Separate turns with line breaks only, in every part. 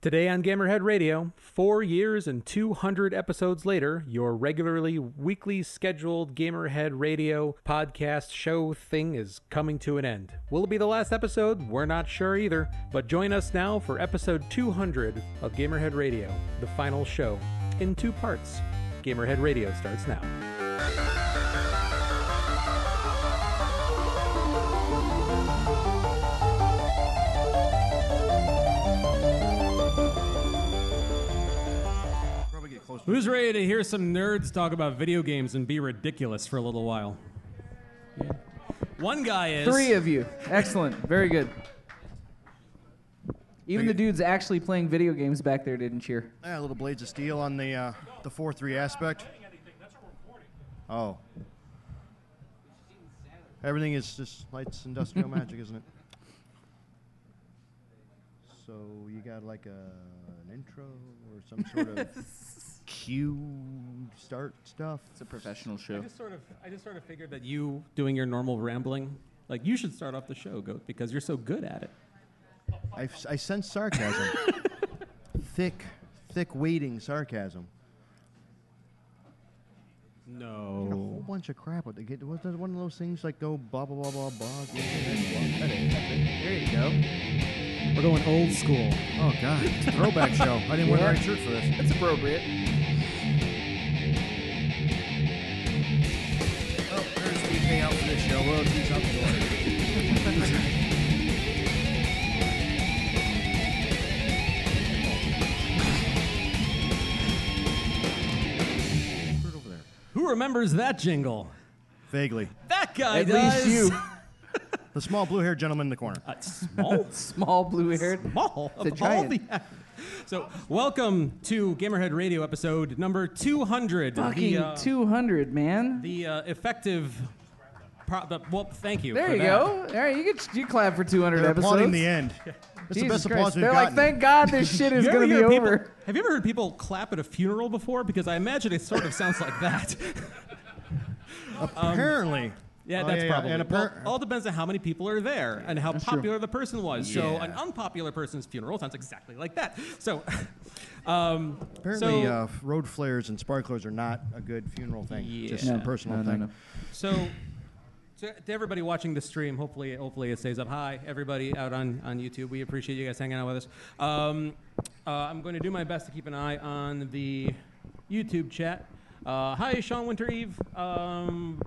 Today on Gamerhead Radio, four years and 200 episodes later, your regularly weekly scheduled Gamerhead Radio podcast show thing is coming to an end. Will it be the last episode? We're not sure either, but join us now for episode 200 of Gamerhead Radio, the final show, in two parts. Gamerhead Radio starts now.
Probably get close.
Who's ready to hear some nerds talk about video games and be ridiculous for a little while? One guy is.
Three of you. Excellent. Very good. Even the dudes actually playing video games back there didn't cheer.
Yeah, little blades of steel on the uh, the four three aspect. Oh. Everything is just lights industrial magic, isn't it? So you got like a, an intro or some sort of cue start stuff.
It's a professional
I
show.
just sort of, I just sort of figured that you doing your normal rambling, like you should start off the show, goat, because you're so good at it.
I, f- I sense sarcasm. thick, thick, waiting sarcasm. A whole
No.
bunch of crap. What they get? Was that one of those things like go blah blah blah blah blah? blah, blah, blah, There you go.
We're going old school.
Oh god, it's a throwback show. I didn't wear the right shirt for this.
That's appropriate.
Oh, there's the payout for this show. Royalties out the door. Put it over there.
Who remembers that jingle?
Vaguely.
That guy
At
does.
least you.
The small blue-haired gentleman in the corner.
Uh, small.
Small blue haired.
Small.
a
of all
giant.
the- so, welcome to Gamerhead Radio episode number 200.
Fucking
the, uh,
200, man.
the uh, effective. Pro- the, well, thank you.
There
for
you
that.
go. All right, you get you clap for 200
They're
episodes.
applauding the end. That's the
Jesus
best
Christ.
applause we've
They're
gotten.
like, thank God this shit is
You ever
going to be
hear people-
over.
Have you ever heard people clap at a funeral before? Because I imagine it sort of sounds like that.
Apparently.
yeah,
Oh,
that's probably.
And
well,
appar-
all depends on how many people are there and how popular the person was. So
Yeah.
an unpopular person's funeral sounds exactly like that. So, um,
Apparently,
so,
uh, road flares and sparklers are not a good funeral thing. Just
Yeah.
a personal
No, no,
thing.
no.
so. To, to everybody watching the stream, hopefully, hopefully it stays up. Hi, everybody out on, on YouTube. We appreciate you guys hanging out with us. Um, uh, I'm going to do my best to keep an eye on the YouTube chat. Uh, hi, Sean Winter Eve, um,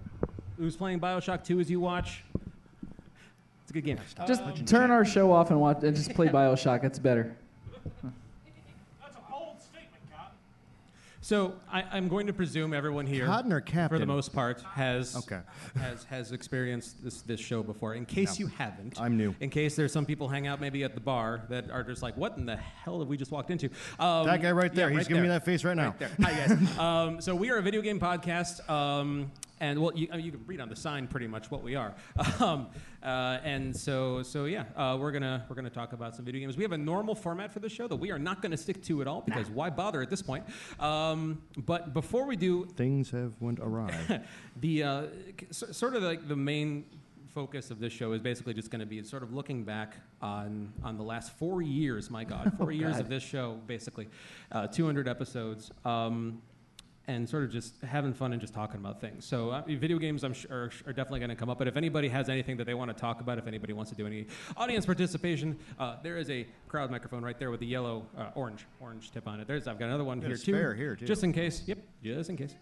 who's playing Bioshock 2 as you watch. It's a good game.
Just turn our show off and watch and just play Bioshock. It's better.
So I, I'm going to presume everyone here,
Cotton or
for the
Captain?
most part, has
Okay.
has has experienced this this show before. In case you haven't,
I'm new.
In case there's some people hang out maybe at the bar that are just like, "What in the hell have we just walked into?" Um,
That guy right there,
yeah,
he's giving me that face right now.
Right there. Hi guys. um, so we are a video game podcast. Um, and well, you, I mean, you can read on the sign pretty much what we are. Um, uh, and so, so yeah, uh, we're gonna we're gonna talk about some video games. We have a normal format for the show that we are not gonna stick to at all because why bother at this point? Um, but before we do,
Things have went awry.
the uh, c- so- sort of like the main focus of this show is basically just going to be sort of looking back on on the last four years. My God,
Oh,
four years of this show, basically, uh, 200 episodes. Um, and sort of just having fun and just talking about things. So, uh, video games, I'm sure, are, are definitely going to come up. But if anybody has anything that they want to talk about, if anybody wants to do any audience participation, uh, there is a crowd microphone right there with a yellow, uh, orange, orange tip on it. There's, I've got another one
Got a
here
spare
too,
here, too.
just in case. Yep, just in case.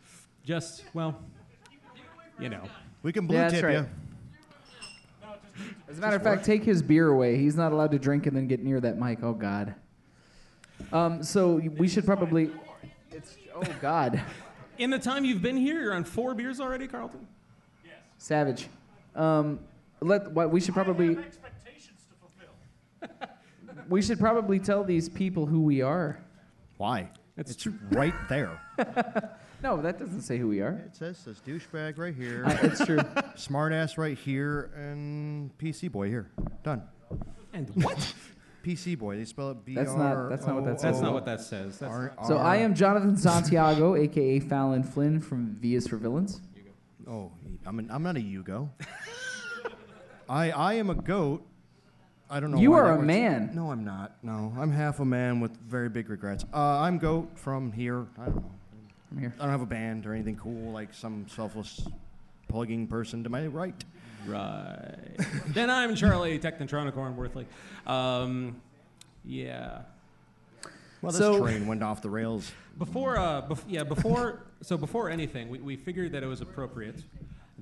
Just well, you know.
we can blue
Yeah, that's
tip
right.
you.
As a matter of fact, take his beer away. He's not allowed to drink and then get near that mic. Oh God. Um, so we should probably. It's oh God,
In the time you've been here, you're on four beers already, Carlton.
savage. Um, let what we should probably. We should probably tell these people who we are.
Why?
It's
it's right there.
No, that doesn't say who we are.
It says this douchebag right here,
I, it's true.
smartass right here, and PC boy here. Done.
And what?
PC boy. They spell it B
That's not- that's not what that
That's
Oh.
not what that says. That's
R-
So I
R-
am Jonathan Santiago, aka Fallon Flynn from V is for Villains.
Oh, I'm an, I'm not a Yugo. I I am a goat. I don't know.
You
why
are
that
a
works.
man.
No, I'm not. No, I'm half a man with very big regrets. Uh, I'm goat from here. I don't know.
From here.
I don't have a band or anything cool like some selfless plugging person to my right.
Right. then I'm Charlie Technotronicorn Worthley. Um, yeah.
Well, this
So-
train went off the rails.
Before, uh, bef- yeah, before, so before anything, we, we figured that it was appropriate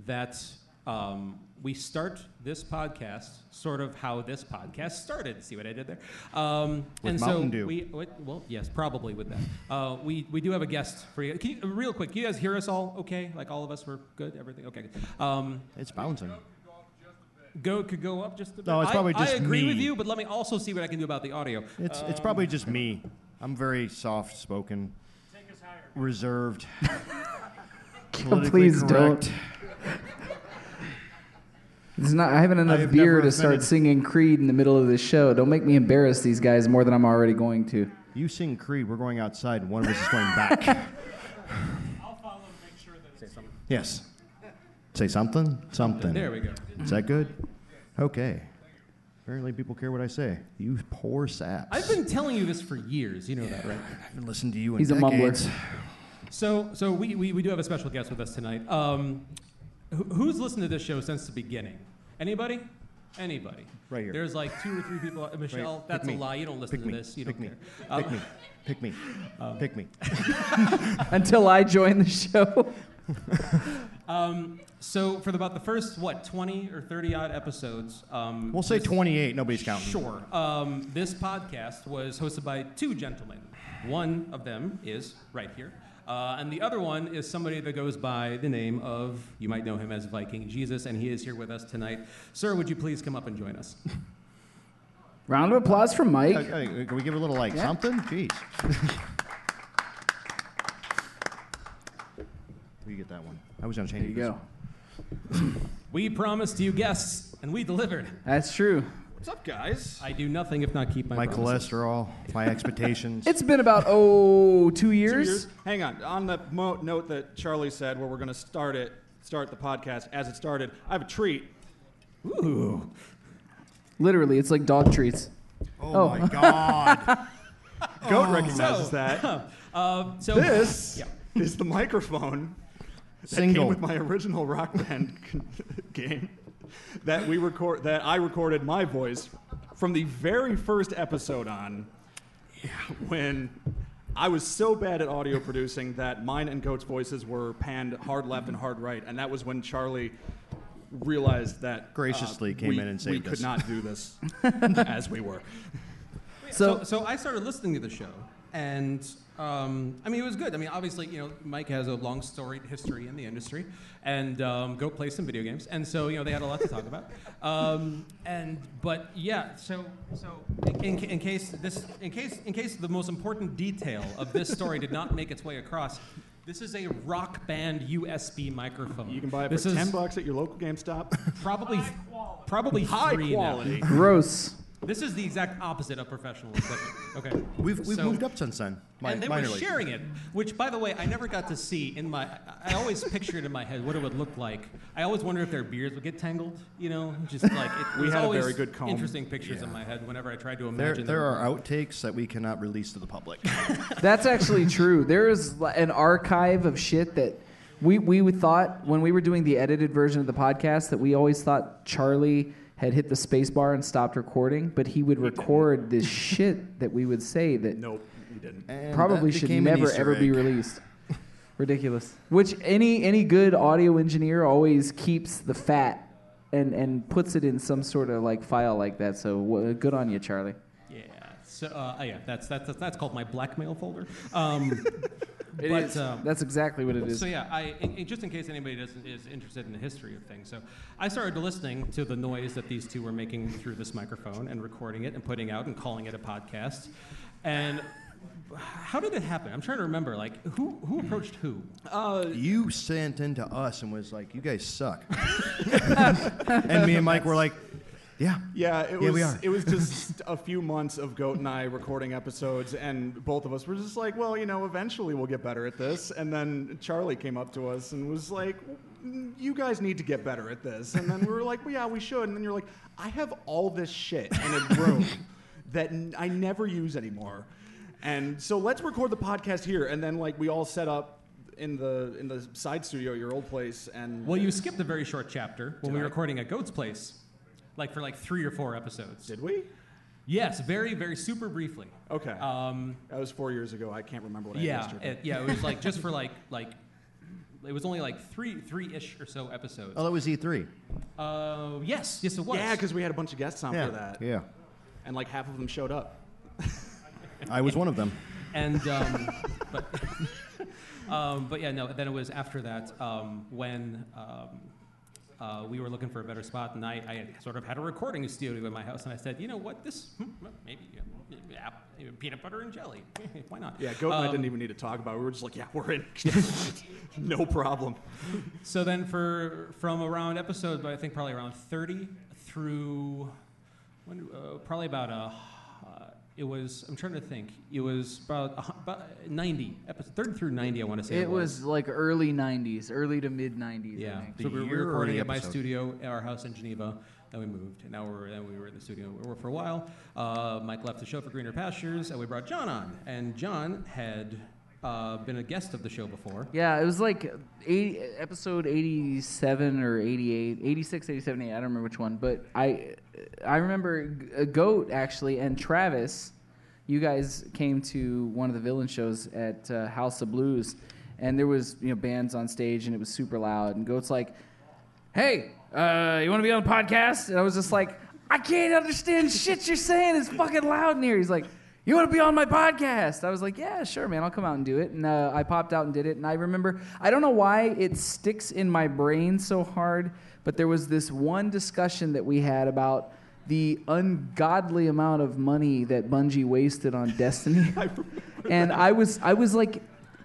that um, we start this podcast sort of how this podcast started. See what I did there? Um,
With
and so
Mountain Dew.
we, what- well, yes, probably with that. Uh, we, we do have a guest for you. Can you. Real quick, can you guys hear us all okay? Like all of us, we're good, everything? Okay. good. Um,
It's bouncing.
Goat could go up just a bit.
No, it's
I-
probably
I,
just
agree
me.
with you, but let me also see what I can do about the audio.
It's it's probably just me. I'm very soft spoken. Reserved. politically
Please
correct.
don't. It's not, I haven't enough
have
beer
never
to start
offended-
singing Creed in the middle of this show. Don't make me embarrass these guys more than I'm already going to.
You sing Creed. We're going outside, and one of us is going back.
I'll follow and make sure that it's something.
yes. Say something. Something.
There we go.
Is that good? Okay. Apparently, people care what I say. You poor saps.
I've been telling you this for years. You know that, right?
I haven't listened to you in
He's a mumbler.
decades.
So, so we, we, we do have a special guest with us tonight. Um, who, who's listened to this show since the beginning? Anybody? Anybody?
Right here.
There's like two or three people. uh, Michelle,
pick
that's a
me.
lie. You don't listen
Pick
to
me.
this. You
Pick
don't
me.
care. Uh,
Pick me. Pick me. Pick me.
Until I join the show.
Um, so, for about the first what 20 or 30 odd episodes, um,
We'll say 28. Nobody's counting.
Sure. Um, this podcast was hosted by two gentlemen. One of them is right here, uh, and the other one is somebody that goes by the name of, you might know him as Viking Jesus, and he is here with us tonight. Sir, would you please come up and join us?
Round of applause for Mike.
Uh, hey, can we give a little like
Yeah.
something? Jeez. you get that one. I was gonna change
There you
this
go.
one.
We promised you guests, and we delivered.
That's true.
What's up, guys?
I do nothing if not keep my,
My
promises.
cholesterol, my expectations.
It's been about, oh, two
Two
years.
years? Hang on. On the mo- note that Charlie said, where we're going to start it, start the podcast as it started, I have a treat.
Ooh.
Literally, it's like dog treats.
oh, my god.
Goat
So-
recognizes Oh. that.
Uh, so
This
Yeah.
is the microphone that came
Single.
with my original Rock Band game that we record that I recorded my voice from the very first episode on when I was so bad at audio producing that mine and Goat's voices were panned hard left and hard right, and that was when Charlie realized that uh,
Graciously came
we-
in and
we
saved
could
us.
not do this as we were.
So,
So,
so, I started listening to the show, and um, I mean, it was good. I mean, obviously, you know, Mike has a long storied history in the industry, and um, go play some video games, and so you know they had a lot to talk about. Um, and but yeah, so so in, in case this in case in case the most important detail of this story did not make its way across. This is a rock band USB microphone.
You can buy it
this
for
is
ten bucks at your local GameStop.
Probably, probably
High
free now.
quality.
gross.
This is the exact opposite of professional equipment. Okay,
We've we've
So-
moved up since then. Mi-
and they were
minor league.
sharing it, which, by the way, I never got to see in my. I- I always pictured in my head what it would look like. I always wonder if their beards would get tangled. You know, just like it
We
was
had a
always
very good comb.
Interesting pictures in my head whenever I tried to
There,
imagine.
there
their-
are outtakes that we cannot release to the public.
That's actually true. There is li- an archive of shit that we we would thought when we were doing the edited version of the podcast that we always thought Charlie had hit the space bar and stopped recording, but he would record this shit that we would say that
Nope, you didn't.
And
probably
that
should
became an
never
Easter
ever be
egg.
released. Ridiculous. Which any any good audio engineer always keeps the fat and and puts it in some sort of like file like that. So w- good on you, Charlie.
Yeah. So uh, oh, yeah, that's, that's that's that's called my blackmail folder. Um,
It
but,
is-
um,
That's exactly what it is.
So yeah, I, in, in- just in case anybody doesn't, is interested in the history of things, so I started listening to the noise that these two were making through this microphone and recording it and putting out and calling it a podcast. And how did it happen? I'm trying to remember. Like who who approached who?
Uh,
You sent in to us and was like, "You guys suck," and me and Mike were like, "Yeah,
Yeah, it
Yeah,
was
we are.
it was just a few months of Goat and I recording episodes and both of us were just like, well, you know, eventually we'll get better at this. And then Charlie came up to us and was like, "Mm, you guys need to get better at this. And then we were like, well, yeah, we should. And then you're like, I have all this shit in a room that n- I never use anymore. And so let's record the podcast here. And then like we all set up in the in the side studio, at your old place, and
Well, you skipped a very short chapter when
Did
we
I?
were recording at Goat's Place, like for like three or four episodes.
did we?
Yes, very, very super briefly.
Okay,
Um,
that was four years ago. I can't remember what I
yeah,
asked her.
it, yeah, it was like just for like like it was only like three three ish or so episodes.
Oh, that was E3.
Uh, yes, yes, it was.
yeah, because we had a bunch of guests on
yeah.
for that,
Yeah.
and like half of them showed up.
I was one of them.
and um, but um, but yeah, no. Then it was after that um, when. Um, uh, we were looking for a better spot, and I, I had sort of had a recording studio in my house, and I said, you know what, this hmm, well, maybe, uh, maybe app- maybe peanut butter and jelly, why not?
Yeah, Goat and I
Um,
didn't even need to talk about. it. We were just like, yeah, we're in, no problem.
So then, for from around episode, I think probably around thirty through, when, uh, probably about a, uh, it was. I'm trying to think. It was about, a hu- about ninety episode thirty through ninety. I want to say it,
It was like early '90s, early to mid '90s. I
Yeah,
think.
so we were
year or
recording
the
at my
episode?
studio, at our house in Geneva. Then we moved. And now we're then we were in the studio where for a while. Uh, Mike left the show for Greener Pastures, and we brought John on. And John had uh, been a guest of the show before.
Yeah, it was like 80, episode 87 or 88, 86, 87, 88, I don't remember which one, but I I remember G- a goat actually and Travis, you guys came to one of the villain shows at uh, House of Blues and there was, you know, bands on stage and it was super loud and goat's like, "Hey, uh, you want to be on the podcast?" And I was just like, "I can't understand shit you're saying. It's fucking loud in here." He's like, "You want to be on my podcast?" I was like, "Yeah, sure, man. I'll come out and do it." And uh, I popped out and did it. And I remember, I don't know why it sticks in my brain so hard, but there was this one discussion that we had about the ungodly amount of money that Bungie wasted on Destiny. and I was, I was like.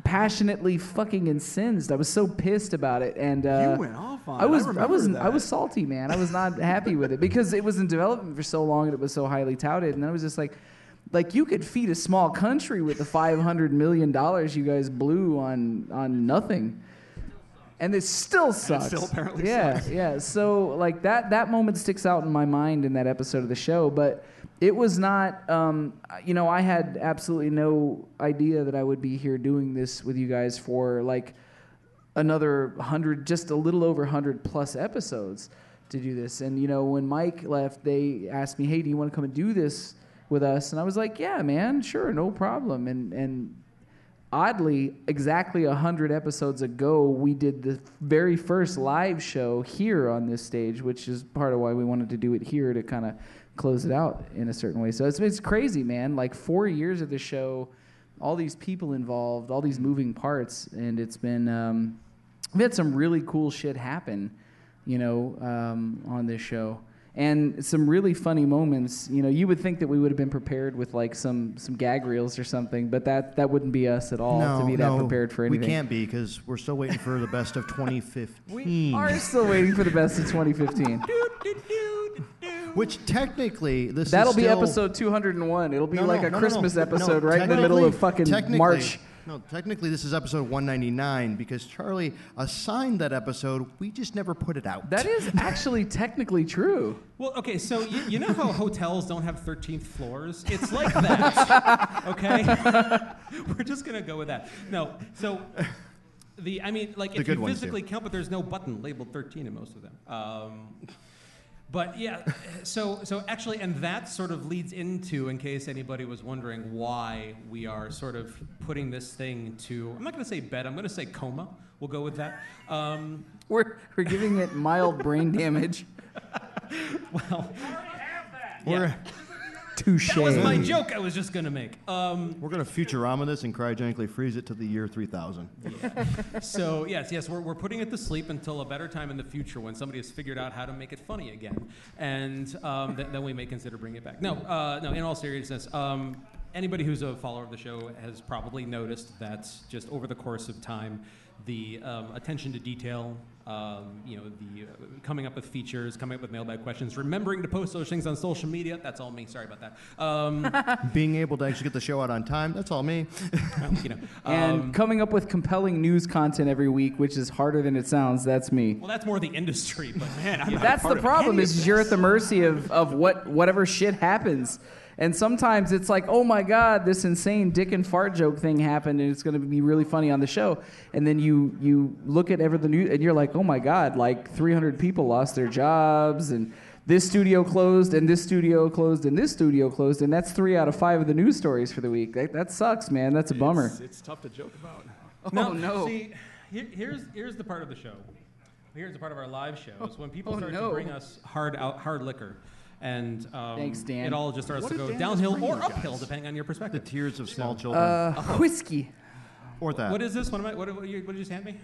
Passionately fucking incensed. I was so pissed about it, and uh,
went off on
I
it. I
was, I,
remember
was, I
that.
was salty, man. I was not happy with it because it was in development for so long and it was so highly touted, and I was just like, like you could feed a small country with the five hundred million dollars you guys blew on on nothing, and it still sucks.
still apparently
yeah, yeah. So like that that moment sticks out in my mind in that episode of the show, but. It was not, um, you know, I had absolutely no idea that I would be here doing this with you guys for like another 100 just a little over 100 plus episodes to do this and you know when mike left they asked me hey do you want to come and do this with us and i was like yeah man sure no problem and and oddly exactly 100 episodes ago we did the very first live show here on this stage which is part of why we wanted to do it here to kind of close it out in a certain way so it's, it's crazy man like four years of the show all these people involved all these moving parts and it's been um, we had some really cool shit happen you know, um, on this show. And some really funny moments. You know, you would think that we would have been prepared with like some some gag reels or something, but that that wouldn't be us at all
no,
to be
no,
that prepared for anything.
We can't be because we're still waiting for the best of 2015.
We are still waiting for the best of 2015.
Which technically, this
That'll
is
be
still-
episode 201. It'll be
No,
like
no,
a
no, no, no.
Christmas
No,
episode right in the middle of
technically-
fucking
technically-
March.
No, technically, this is episode 199 because Charlie assigned that episode. We just never put it out.
That is actually technically true.
Well, okay, so you, you know how hotels don't have 13th floors? It's like that. okay? We're just going to go with that. No, so the, I mean, like,
The
if
good
you
ones do.
physically count, but there's no button labeled 13 in most of them. Um, but yeah, so so actually, and that sort of leads into, in case anybody was wondering, why we are sort of putting this thing to. I'm not going to say bed. I'm going to say coma. We'll go with that. Um,
We're we're giving it mild brain damage.
well,
We're,
Touche.
that was my joke. I was just going to make. Um,
we're going to Futurama this and cryogenically freeze it to the year 3000.
So yes, yes, we're, we're putting it to sleep until a better time in the future when somebody has figured out how to make it funny again, and um, th- then we may consider bringing it back. No, uh, no. In all seriousness, um, anybody who's a follower of the show has probably noticed that just over the course of time, the um, attention to detail, um, you know, the uh, coming up with features, coming up with mailbag questions, remembering to post those things on social media. That's all me. Sorry about that. Um,
Being able to actually get the show out on time, that's all me.
you know,
And
um,
coming up with compelling news content every week, which is harder than it sounds. That's me.
well, that's more the industry, but man, I'm
That's the
part of
problem
any
is you're at the mercy of, of what whatever shit happens. And sometimes it's like, oh my god, this insane dick and fart joke thing happened, and it's going to be really funny on the show. And then you you look at ever the news, and you're like, oh my god, like 300 people lost their jobs, and this studio closed, and this studio closed, and this studio closed, and that's three out of five of the news stories for the week. That, that sucks, man. That's a bummer.
It's, it's tough to joke about.
oh no.
See, here, here's here's the part of the show. Here's the part of our live shows when people
Oh,
start
no.
to bring us hard out, hard liquor, and um,
Thanks, Dan.
It all just starts
What
to
did
go
Dan
downhill
just bring
or
you guys?
uphill depending on your
the
perspective.
tears of small children,
Uh, whiskey.
or that.
What is this? What am I? What, what, you, what did you just hand me?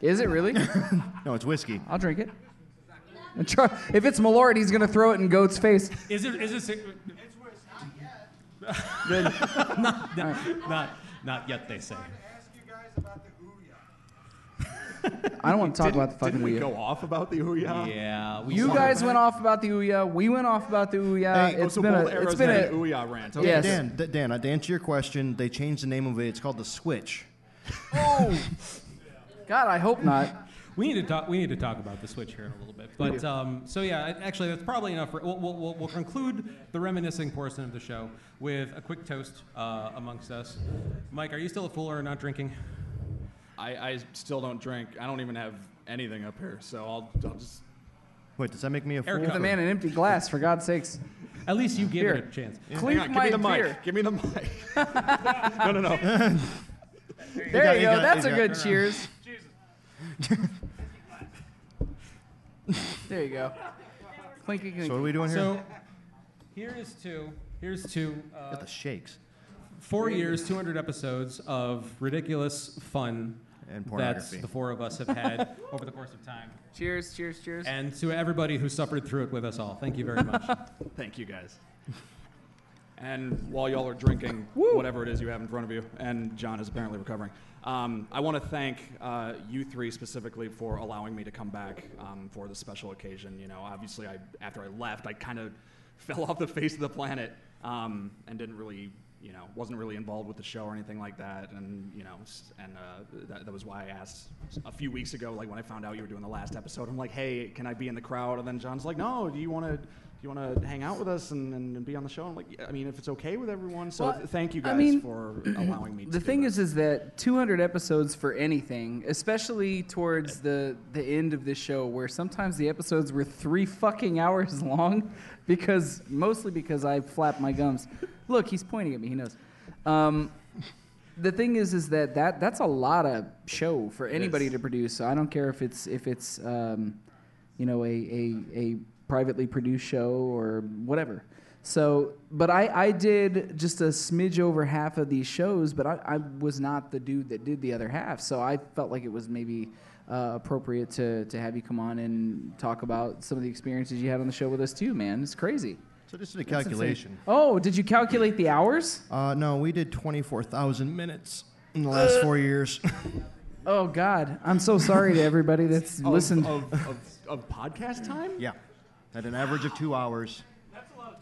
Is it really?
no, it's whiskey.
I'll drink it. And try- If it's Malort, he's gonna throw it in Goat's face.
Is it? Is this?
Then
Not not yet. They say.
I don't want to talk
didn't-
about the fucking
didn't we
Ouya.
go off about the Ouya?
Yeah. We
You
saw
guys
that.
went off about the Ouya. We went off about the Ouya.
Hey,
Oh,
it's
so
been a.
both
It's
arrows
been
had an
a.
Ouya rant.
Yes.
Dan, Dan, Dan, uh, to answer your question, they changed the name of it. It's called the Switch.
God, I hope not.
We need to talk. We need to talk about the switch here in a little bit. But um, so yeah, I- actually, that's probably enough. For, we'll, we'll, we'll- we'll conclude the reminiscing portion of the show with a quick toast uh, amongst us. Mike, are you still a fool or not drinking?
I, I still don't drink. I don't even have anything up here, so I'll, I'll just.
Wait, does that make me a fool?
Erica.
Give the man an empty glass, for God's sakes.
At least you gave it
Here.
a chance.
Clink
Hang on,
my
give me the
beer.
mic. Give me the mic. no, no, no.
There
got-
you
you
go.
got-
That's
you
a
got-
good cheers. there you go. Clinky
So what
clink.
are we doing here?
So here is two. Here's two. Uh,
Got the shakes.
four years, 200 episodes of ridiculous fun.
And
That
pornography.
the four of us have had over the course of time.
Cheers, cheers, cheers.
And to everybody who suffered through it with us all, thank you very much.
Thank you guys. And while y'all are drinking whatever it is you have in front of you, and John is apparently recovering, um, I want to thank uh, you three specifically for allowing me to come back um, for this special occasion. You know, obviously, I after I left, I kind of fell off the face of the planet um, and didn't really, you know, wasn't really involved with the show or anything like that. And you know, s- and uh, that, that was why I asked a few weeks ago, like when I found out you were doing the last episode, I'm like, hey, can I be in the crowd? And then John's like, no, do you want to? do you want to hang out with us and, and, be on the show? I'm like, yeah, I mean, if it's okay with everyone. So
Well,
th- thank you
I
guys
mean,
for allowing me. to
the
do
thing
that.
is is that 200 episodes for anything especially towards the the end of this show where sometimes the episodes were three fucking hours long because mostly because i flap my gums look he's pointing at me he knows um, the thing is is that, that that's a lot of show for anybody
is.
to produce so i don't care if it's if it's um, you know a, a, a privately produced show or whatever so but I, I did just a smidge over half of these shows but I, I was not the dude that did the other half so i felt like it was maybe uh, appropriate to, to have you come on and talk about some of the experiences you had on the show with us too man it's crazy
So just did a calculation.
oh did you calculate the hours
Uh, no, we did 24,000 minutes in the last four years.
oh god i'm so sorry to everybody that's
Of-
listened
of, of, of podcast time.
yeah, at an average of two hours. That's a lot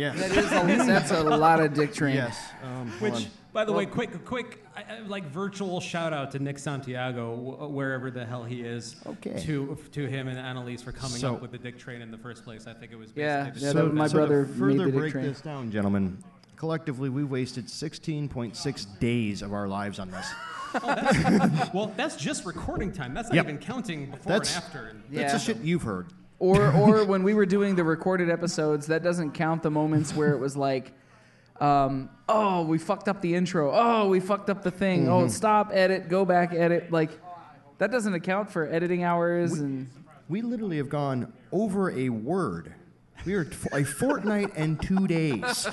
of dick
That
trade.
is a, that's a lot of dick train.
Yes. Yes. Um, hold
Which,
on.
by the way, quick, quick, I- I- like virtual shout out to Nick Santiago, wh- wherever the hell he is.
Okay.
To to him and Annalise for coming
So-
up with the Dick Train in the first place. I think it was.
Yeah,
basically
yeah,
just-
that was my
so
brother
To
made
further
the dick
break
train.
this down, gentlemen. Collectively, we wasted 16.6 days of our lives on this.
Well, that's just recording time. That's not
Yep.
even counting before
That's-
and after. And
Yeah.
That's the shit you've heard.
Or or when we were doing the recorded episodes, that doesn't count the moments where it was like, um, oh, we fucked up the intro. Oh, we fucked up the thing. Oh,
Mm-hmm.
stop, edit, go back, edit. Like, that doesn't account for editing hours and.
We literally have gone over a word. We are t- a fortnight and two days.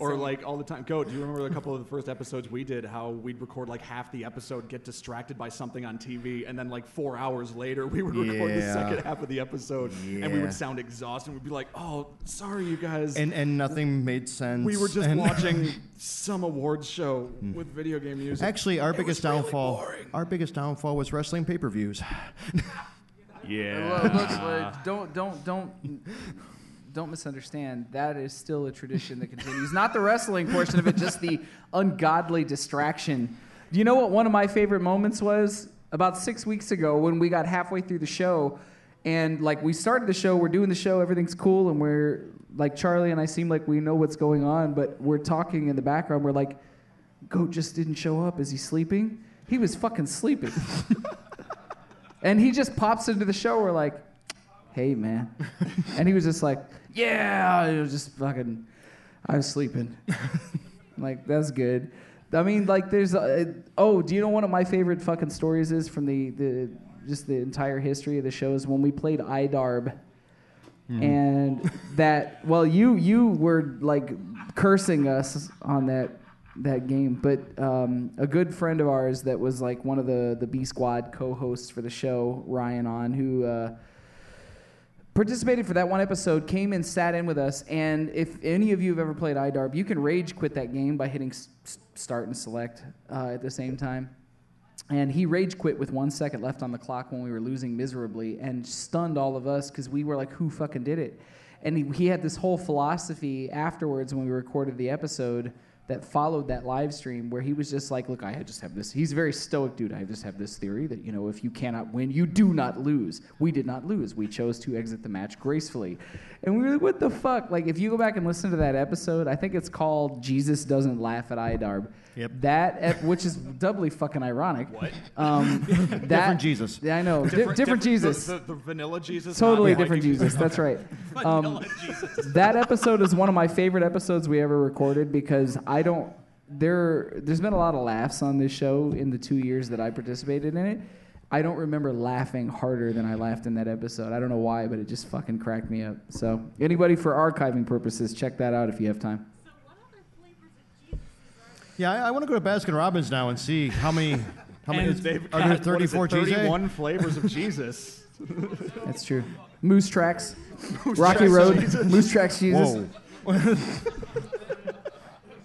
or like all the time. Go. Do you remember a couple of the first episodes we did? How we'd record like half the episode, get distracted by something on TV, and then like four hours later we would record the
Yeah.
second half of the episode, and we
Yeah.
would sound exhausted. We'd be like, "Oh, sorry, you guys."
and and nothing made sense.
we were just
and-
watching some awards show
Hmm.
with video game music.
Actually, our
It was
biggest
really
downfall.
boring.
Our biggest downfall was wrestling pay-per-views.
yeah.
Well, look, uh, don't don't don't don't misunderstand. That is still a tradition that continues. Not the wrestling portion of it, just the ungodly distraction. Do you know what one of my favorite moments was? About six weeks ago, when we got halfway through the show, and like we started the show, we're doing the show, everything's cool, and we're like Charlie and I seem like we know what's going on, but we're talking in the background. We're like, "Goat just didn't show up. Is he sleeping? He was fucking sleeping." And he just pops into the show. We're like, hey, man. and he was just like, yeah, it was just fucking, I was sleeping. like, that's good. I mean, like, there's, uh, oh, do you know one of my favorite fucking stories is from the, the, just the entire history of the show is when we played IDARB. And that, well, you, you were like cursing us on that, that game. But um, a good friend of ours that was like one of the, the B Squad co hosts for the show, Ryan On, who, uh, participated for that one episode, came and sat in with us. And if any of you have ever played iDarb, you can rage quit that game by hitting s- s- start and select uh, at the same time. And he rage quit with one second left on the clock when we were losing miserably and stunned all of us because we were like, who fucking did it? And he, he had this whole philosophy afterwards when we recorded the episode that followed that live stream where he was just like, look, I just have this. He's a very stoic dude. I just have this theory that, you know, if you cannot win, you do not lose. We did not lose. We chose to exit the match gracefully. And we were like, what the fuck? Like, if you go back and listen to that episode, I think it's called Jesus Doesn't Laugh at IDARB.
Yep.
That, ep- which is doubly fucking ironic.
What?
Um, that,
Different Jesus.
Yeah, I know. Di- Different, Jesus.
The, the, the vanilla Jesus.
totally
not the
different
Viking
Jesus. That's right. Um,
Vanilla Jesus.
that episode is one of my favorite episodes we ever recorded because I don't there there's been a lot of laughs on this show in the 2 years that I participated in it. I don't remember laughing harder than I laughed in that episode. I don't know why, but it just fucking cracked me up. So, anybody for archiving purposes, check that out if you have time.
So what other flavors of Jesus is there?
Yeah, I, I want to go to Baskin Robbins now and see how many. How many?
And they've
are
got,
there
what is it,
34 cheese? eh?
31 flavors of Jesus.
That's true. Moose tracks. Rocky Road. Moose tracks Jesus.
Whoa.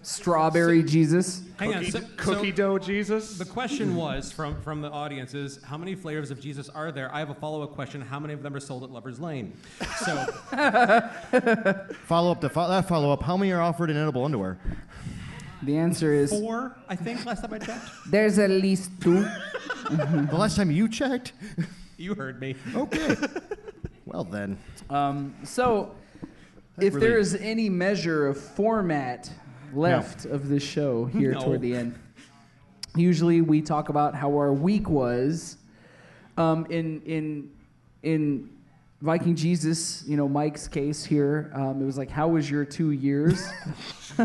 Strawberry Jesus.
Hang on.
cookie
So,
cookie
so
dough Jesus.
the question was from, from the audience is how many flavors of Jesus are there? I have a follow up question. How many of them are sold at Lover's Lane? So
Follow up to fo- that follow up. How many are offered in edible underwear?
The answer is
four, I think, last time I checked.
there's at least two.
The last time you checked?
You heard me.
Okay. well then.
Um, so, if
really-
there is any measure of format left of this show here
No.
toward the end, usually we talk about how our week was. Um, in in in Viking Jesus, you know Mike's case here, um, it was like, how was your two years?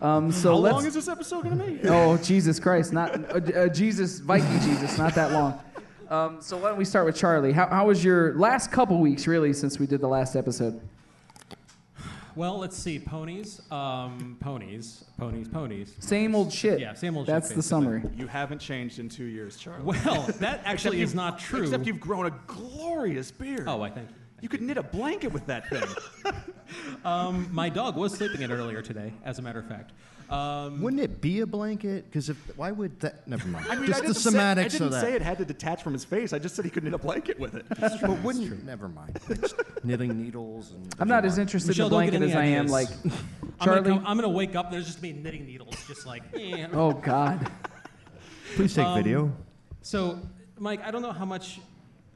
um, so
Oh,
How
let's.
long is this episode going to be?
Oh Jesus Christ! Not uh, uh, Jesus, Viking Jesus. Not that long. Um, so why don't we start with Charlie? How, how was your last couple weeks, really, since we did the last episode?
Well, let's see. Ponies, um, ponies, ponies, ponies.
Same old shit.
Yeah, same old shit,
That's the
basically.
summary.
You haven't changed in two years, Charlie.
Well, that
Except
actually
you've-
is not true.
Except you've grown a glorious beard.
oh, I think.
You could knit a blanket with that thing.
Um, my dog was sleeping in it earlier today, as a matter of fact. Um,
Wouldn't it be a blanket? Because if why would that? Never mind.
I mean,
Just
I
the
didn't say, I
semantics
didn't
of that.
say it had to detach from his face. I just said he could knit a blanket with it.
But wouldn't? Never mind. It's knitting needles and.
I'm not
Never
as
mind.
interested
Michelle,
in the
don't get
blanket as I
any
am
ideas.
like
I'm gonna
Charlie.
come- I'm going to wake up and there's just me knitting needles, just like. eh.
oh God.
Please take video.
So, Mike, I don't know how much.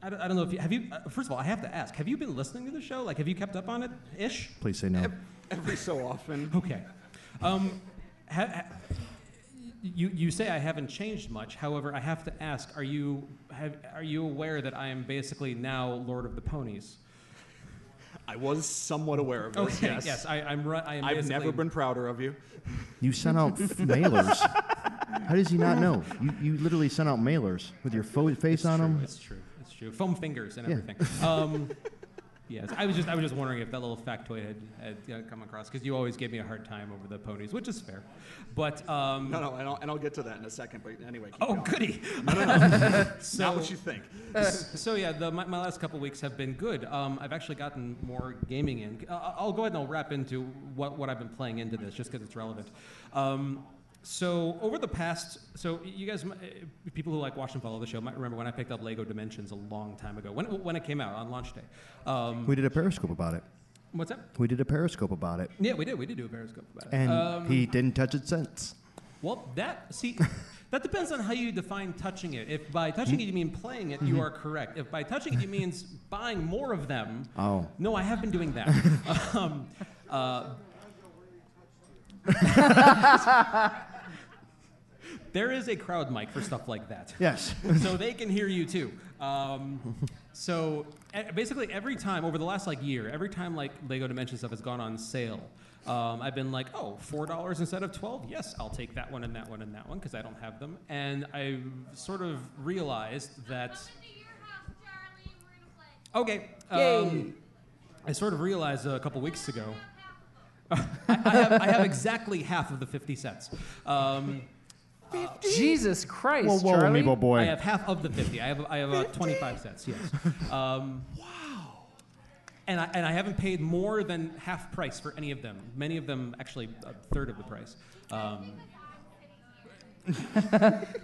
I don't, I don't know if you have you. Uh, first of all, I have to ask: Have you been listening to the show? Like, have you kept up on it, ish?
Please say no.
Every so often.
Okay. Um, ha, ha, you you say I haven't changed much. However, I have to ask: Are you have, are you aware that I am basically now Lord of the Ponies?
I was somewhat aware of this.
Okay.
Oh, yes.
Yes, I, I'm. ru- I am
I've
basically-
never been prouder of you.
You sent out mailers. How does he not know? You, you literally sent out mailers with your fo- face on
It's true,
them.
It's true. It's true. Foam fingers and
Yeah.
everything. Um, Yes, I was just I was just wondering if that little factoid had, had you know, come across because you always gave me a hard time over the ponies, which is fair. But um,
No, no, and I'll, and I'll get to that in a second. But anyway, keep
oh,
going.
goody!
Not what you think.
so yeah, the, my, my last couple weeks have been good. Um, I've actually gotten more gaming in. Uh, I'll go ahead and I'll wrap into what, what I've been playing into this, just because it's relevant. Um, so over the past, so you guys, mi- eh, people who like watch and follow the show, might remember when I picked up Lego Dimensions a long time ago, when it, when it came out on launch day. Um,
We did a Periscope about it.
what's up?
We did a Periscope about it.
Yeah, we did. We did do a Periscope about it.
And
Um,
he didn't touch it since.
Well, that see, that depends on how you define touching it. If by touching it you mean playing it, you are correct. If by touching it you means buying more of them,
Oh.
no, I have been doing that. um, uh, there is a crowd mic for stuff like that
Yes.
so they can hear you too. Um, so e- basically, every time over the last like year, every time like Lego Dimension stuff has gone on sale, um, I've been like, oh, four dollars instead of twelve. Yes, I'll take that one and that one and that one because I don't have them. And I sort of realized that.
Come to your house, Charlie. and We're gonna play.
Okay. Um, I sort of realized a couple weeks ago. I, I, have, I have exactly half of the fifty cents. Um,
Jesus Christ,
whoa, whoa,
Charlie.
amiibo boy.
I have half of the 50. I have I have uh, 25 cents. Yes. Um, wow. And I, and I haven't paid more than half price for any of them. Many of them actually a third of the price. Um,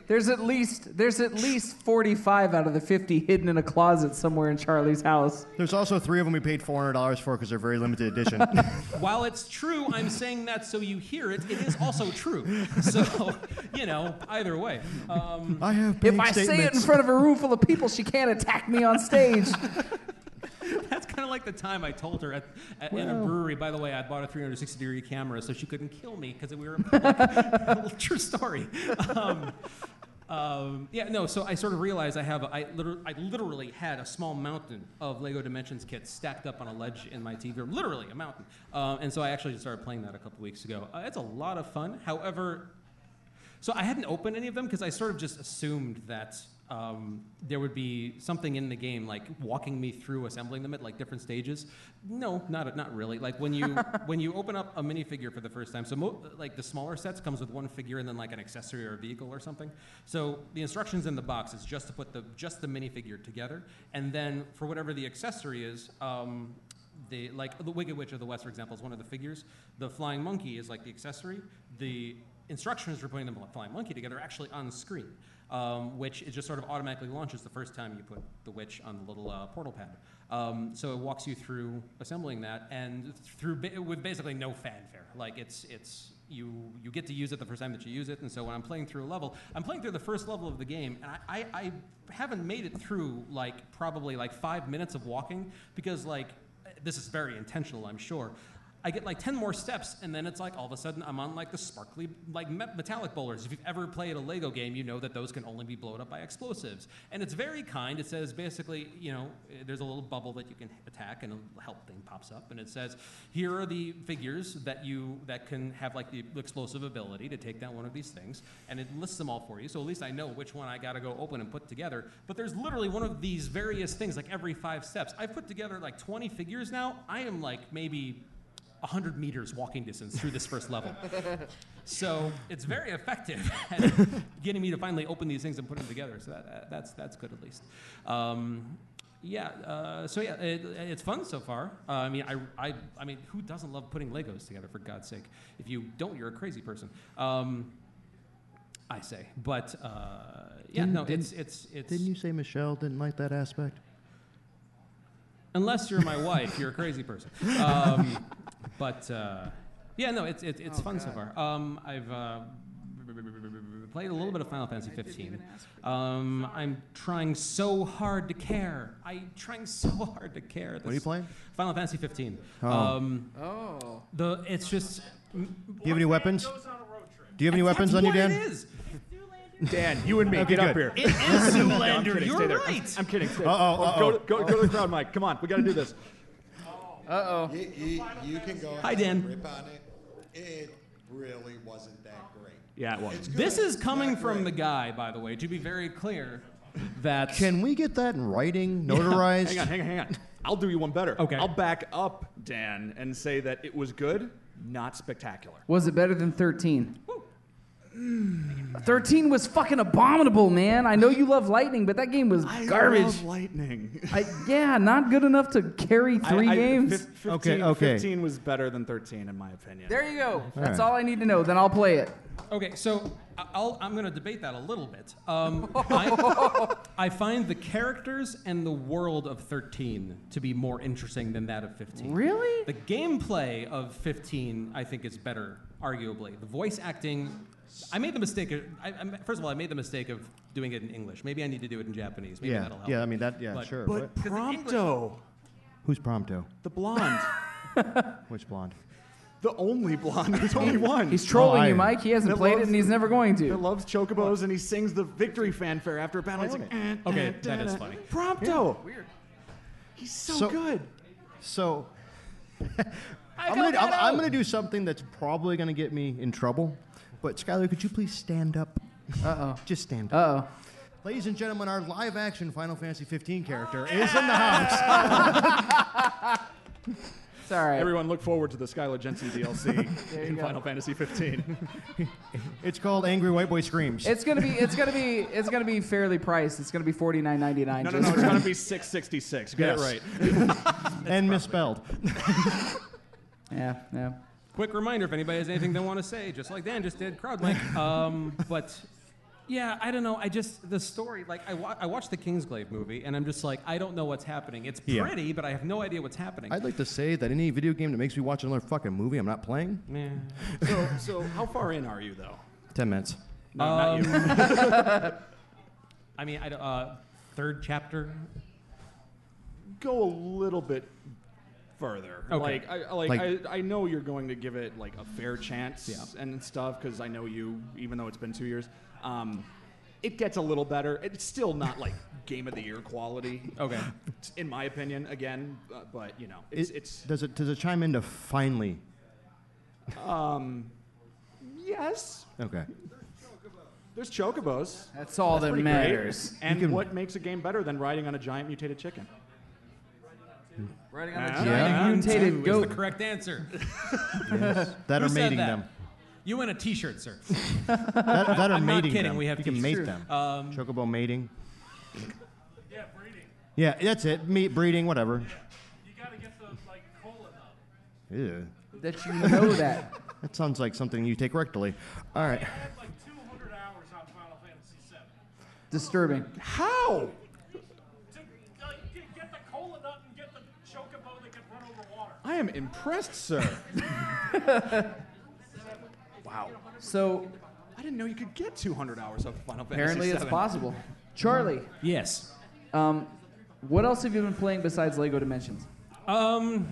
There's at least there's at least 45 out of the 50 hidden in a closet somewhere in Charlie's house.
There's also three of them we paid $400 for because they're very limited edition.
while it's true, I'm saying that so you hear it. It is also true. So you know, either way. Um,
I have
If I say it in front of a room full of people, she can't attack me on stage.
That's kind of like the time I told her at, at, at a brewery. By the way, I bought a 360 degree camera so she couldn't kill me because we were in public. True story. Um, um, yeah, no. So I sort of realized I have I, liter- I literally had a small mountain of Lego Dimensions kits stacked up on a ledge in my TV room. Literally a mountain. Um, and so I actually just started playing that a couple weeks ago. Uh, it's a lot of fun. However, so I hadn't opened any of them because I sort of just assumed that um, there would be something in the game, like walking me through assembling them at like different stages. No, not not really. Like when you when you open up a minifigure for the first time, so mo- like the smaller sets comes with one figure and then like an accessory or a vehicle or something. So the instructions in the box is just to put the just the minifigure together, and then for whatever the accessory is. Um, the like the Wicked Witch of the West, for example, is one of the figures. The flying monkey is like the accessory. The instructions for putting the flying monkey together are actually on screen, um, which it just sort of automatically launches the first time you put the witch on the little uh, portal pad. Um, so it walks you through assembling that, and through ba- with basically no fanfare. Like it's it's you you get to use it the first time that you use it, and so when I'm playing through a level, I'm playing through the first level of the game, and I, I, I haven't made it through like probably like five minutes of walking because like this is very intentional, I'm sure. I get like 10 more steps, and then it's like all of a sudden I'm on like the sparkly, like me- metallic bowlers. If you've ever played a Lego game, you know that those can only be blown up by explosives. And it's very kind. It says basically, you know, eh, there's a little bubble that you can attack, and a help thing pops up, and it says, here are the figures that you that can have like the explosive ability to take down one of these things, and it lists them all for you. So at least I know which one I got to go open and put together. But there's literally one of these various things like every five steps. I've put together like 20 figures now. I am like maybe 100 meters walking distance through this first level. So it's very effective at getting me to finally open these things and put them together. So that, that, that's that's good at least. Um, yeah. Uh, so yeah, it, it's fun so far. Uh, I mean, I, I I mean, who doesn't love putting Legos together? For God's sake, if you don't, you're a crazy person. Um, I say, but uh, yeah,
Didn't-
no,
didn't-
it's it's it's
Didn't you say Michelle didn't like that aspect?
unless you're my wife, you're a crazy person. Um, but uh, yeah, no, it's it's it's fun so far. Um, I've uh, played a little bit of Final Fantasy 15. Um, I'm trying so hard to care. I'm trying so hard to care.
What are you playing?
Final Fantasy 15.
Oh.
Um,
Oh.
the it's just
Do you have any weapons? Do you have any weapons
that's
on you,
what
Dan?
It is.
Dan, you and me,
Okay,
get up
good.
here.
It is Zoolander.
I'm kidding,
You're
stay there.
right.
I'm kidding. Stay there.
Uh-oh,
Oh, go,
uh-oh.
to, go, go to the crowd, Mike. Come on, we got to do this.
You, you, you can go.
Hi,
and
Dan.
Rip on it. It really wasn't that great.
Yeah, it was.
It's
This
good,
is coming
not
from the
great.
guy, by the way. To be very clear, that
Can we get that in writing, notarized?
Hang on, hang on, hang on. I'll do you one better.
Okay.
I'll back up Dan and say that it was good, not spectacular.
Was it better than 13? 13 was fucking abominable, man. I know you love Lightning, but that game was
I
garbage.
love lightning.
I, yeah, not good enough to carry three
I- I-
games.
fif- 15,
Okay, okay.
15 was better than 13 in my opinion.
there you go.
right.
That's all I need to know. Then I'll play it.
Okay, so I- I'll, I'm going to debate that a little bit. Um, I, I find the characters and the world of 13 to be more interesting than that of 15.
Really?
The gameplay of 15, I think, is better, arguably. The voice acting, I made the mistake. Of, I, I, first of all, I made the mistake of doing it in English. Maybe I need to do it in Japanese. Maybe
Yeah,
that'll help.
yeah, I mean, that- yeah,
But-
sure.
but
the English-
Prompto,
Who's Prompto?
the blonde,
Which blonde?
the only blonde, there's only one.
He's trolling
Oh, I-
you, Mike. He hasn't
That
played it,
loves-
and he's never going
that
to.
loves chocobos and he sings the victory fanfare after a battle. He's like, eh,
Okay,
eh,
that
da,
is
da.
funny.
Prompto. Weird. He's so,
So-
good.
So, I'm gonna, I'm, I'm gonna do something that's probably gonna get me in trouble. But Skylar, could you please stand up? Uh oh. Just stand up.
Uh oh.
Ladies and gentlemen, our live-action Final Fantasy 15 character is in the house.
It's all right.
Everyone, look forward to the Skylar Jensen DLC
There you
in
go.
Final Fantasy 15.
It's called Angry White Boy Screams.
It's gonna be. It's gonna be. It's gonna be fairly priced. It's gonna be forty nine ninety nine.
No, no, no. It's gonna be 666. Get
Yes.
it right.
and misspelled.
Yeah, yeah.
Quick reminder if anybody has anything they want to say, just like Dan just did, crowd mic. Um, but yeah, I don't know. I just, the story, like, I, wa- I watched the Kingsglaive movie and I'm just like, I don't know what's happening. It's
Yeah.
pretty, but I have no idea what's happening.
I'd like to say that any video game that makes me watch another fucking movie I'm not playing,
Yeah.
So, so how far in are you though?
10 minutes.
No, not you.
I mean, I, don't- uh, third chapter.
Go a little bit further.
Okay.
Like, I, I- like,
Like-
I, I know you're going to give it like a fair chance
Yeah.
and stuff because I know you. Even though it's been two years, um, it gets a little better. It's still not like game of the year quality,
Okay.
in my opinion. Again, uh, but you know, it's,
It-
it's
does it does it chime into finally?
yes.
Okay.
There's chocobos.
That's all that
Pretty great.
matters.
And
can-
what makes a game better than riding on a giant mutated chicken?
Riding
on a
on a
Yeah.
giant mutated
Two is the
goat.
correct answer.
Yes. That
Who
are
said
mating
that?
them.
You win a t shirt, sir.
That, that are
I'm not
mating
kidding,
them.
we have
you can
t-
mate
Sure.
them.
Um,
Chocobo mating. Yeah, breeding. Yeah, that's it. Meat breeding, whatever. Ew.
That you know that.
That sounds like something you take rectally. All right.
Disturbing.
How? I am impressed, sir. wow.
So
I didn't know you could get 200 hours of Final Fantasy
apparently it's
VII.
possible. Charlie,
yes.
um, what else have you been playing besides Lego Dimensions?
Um,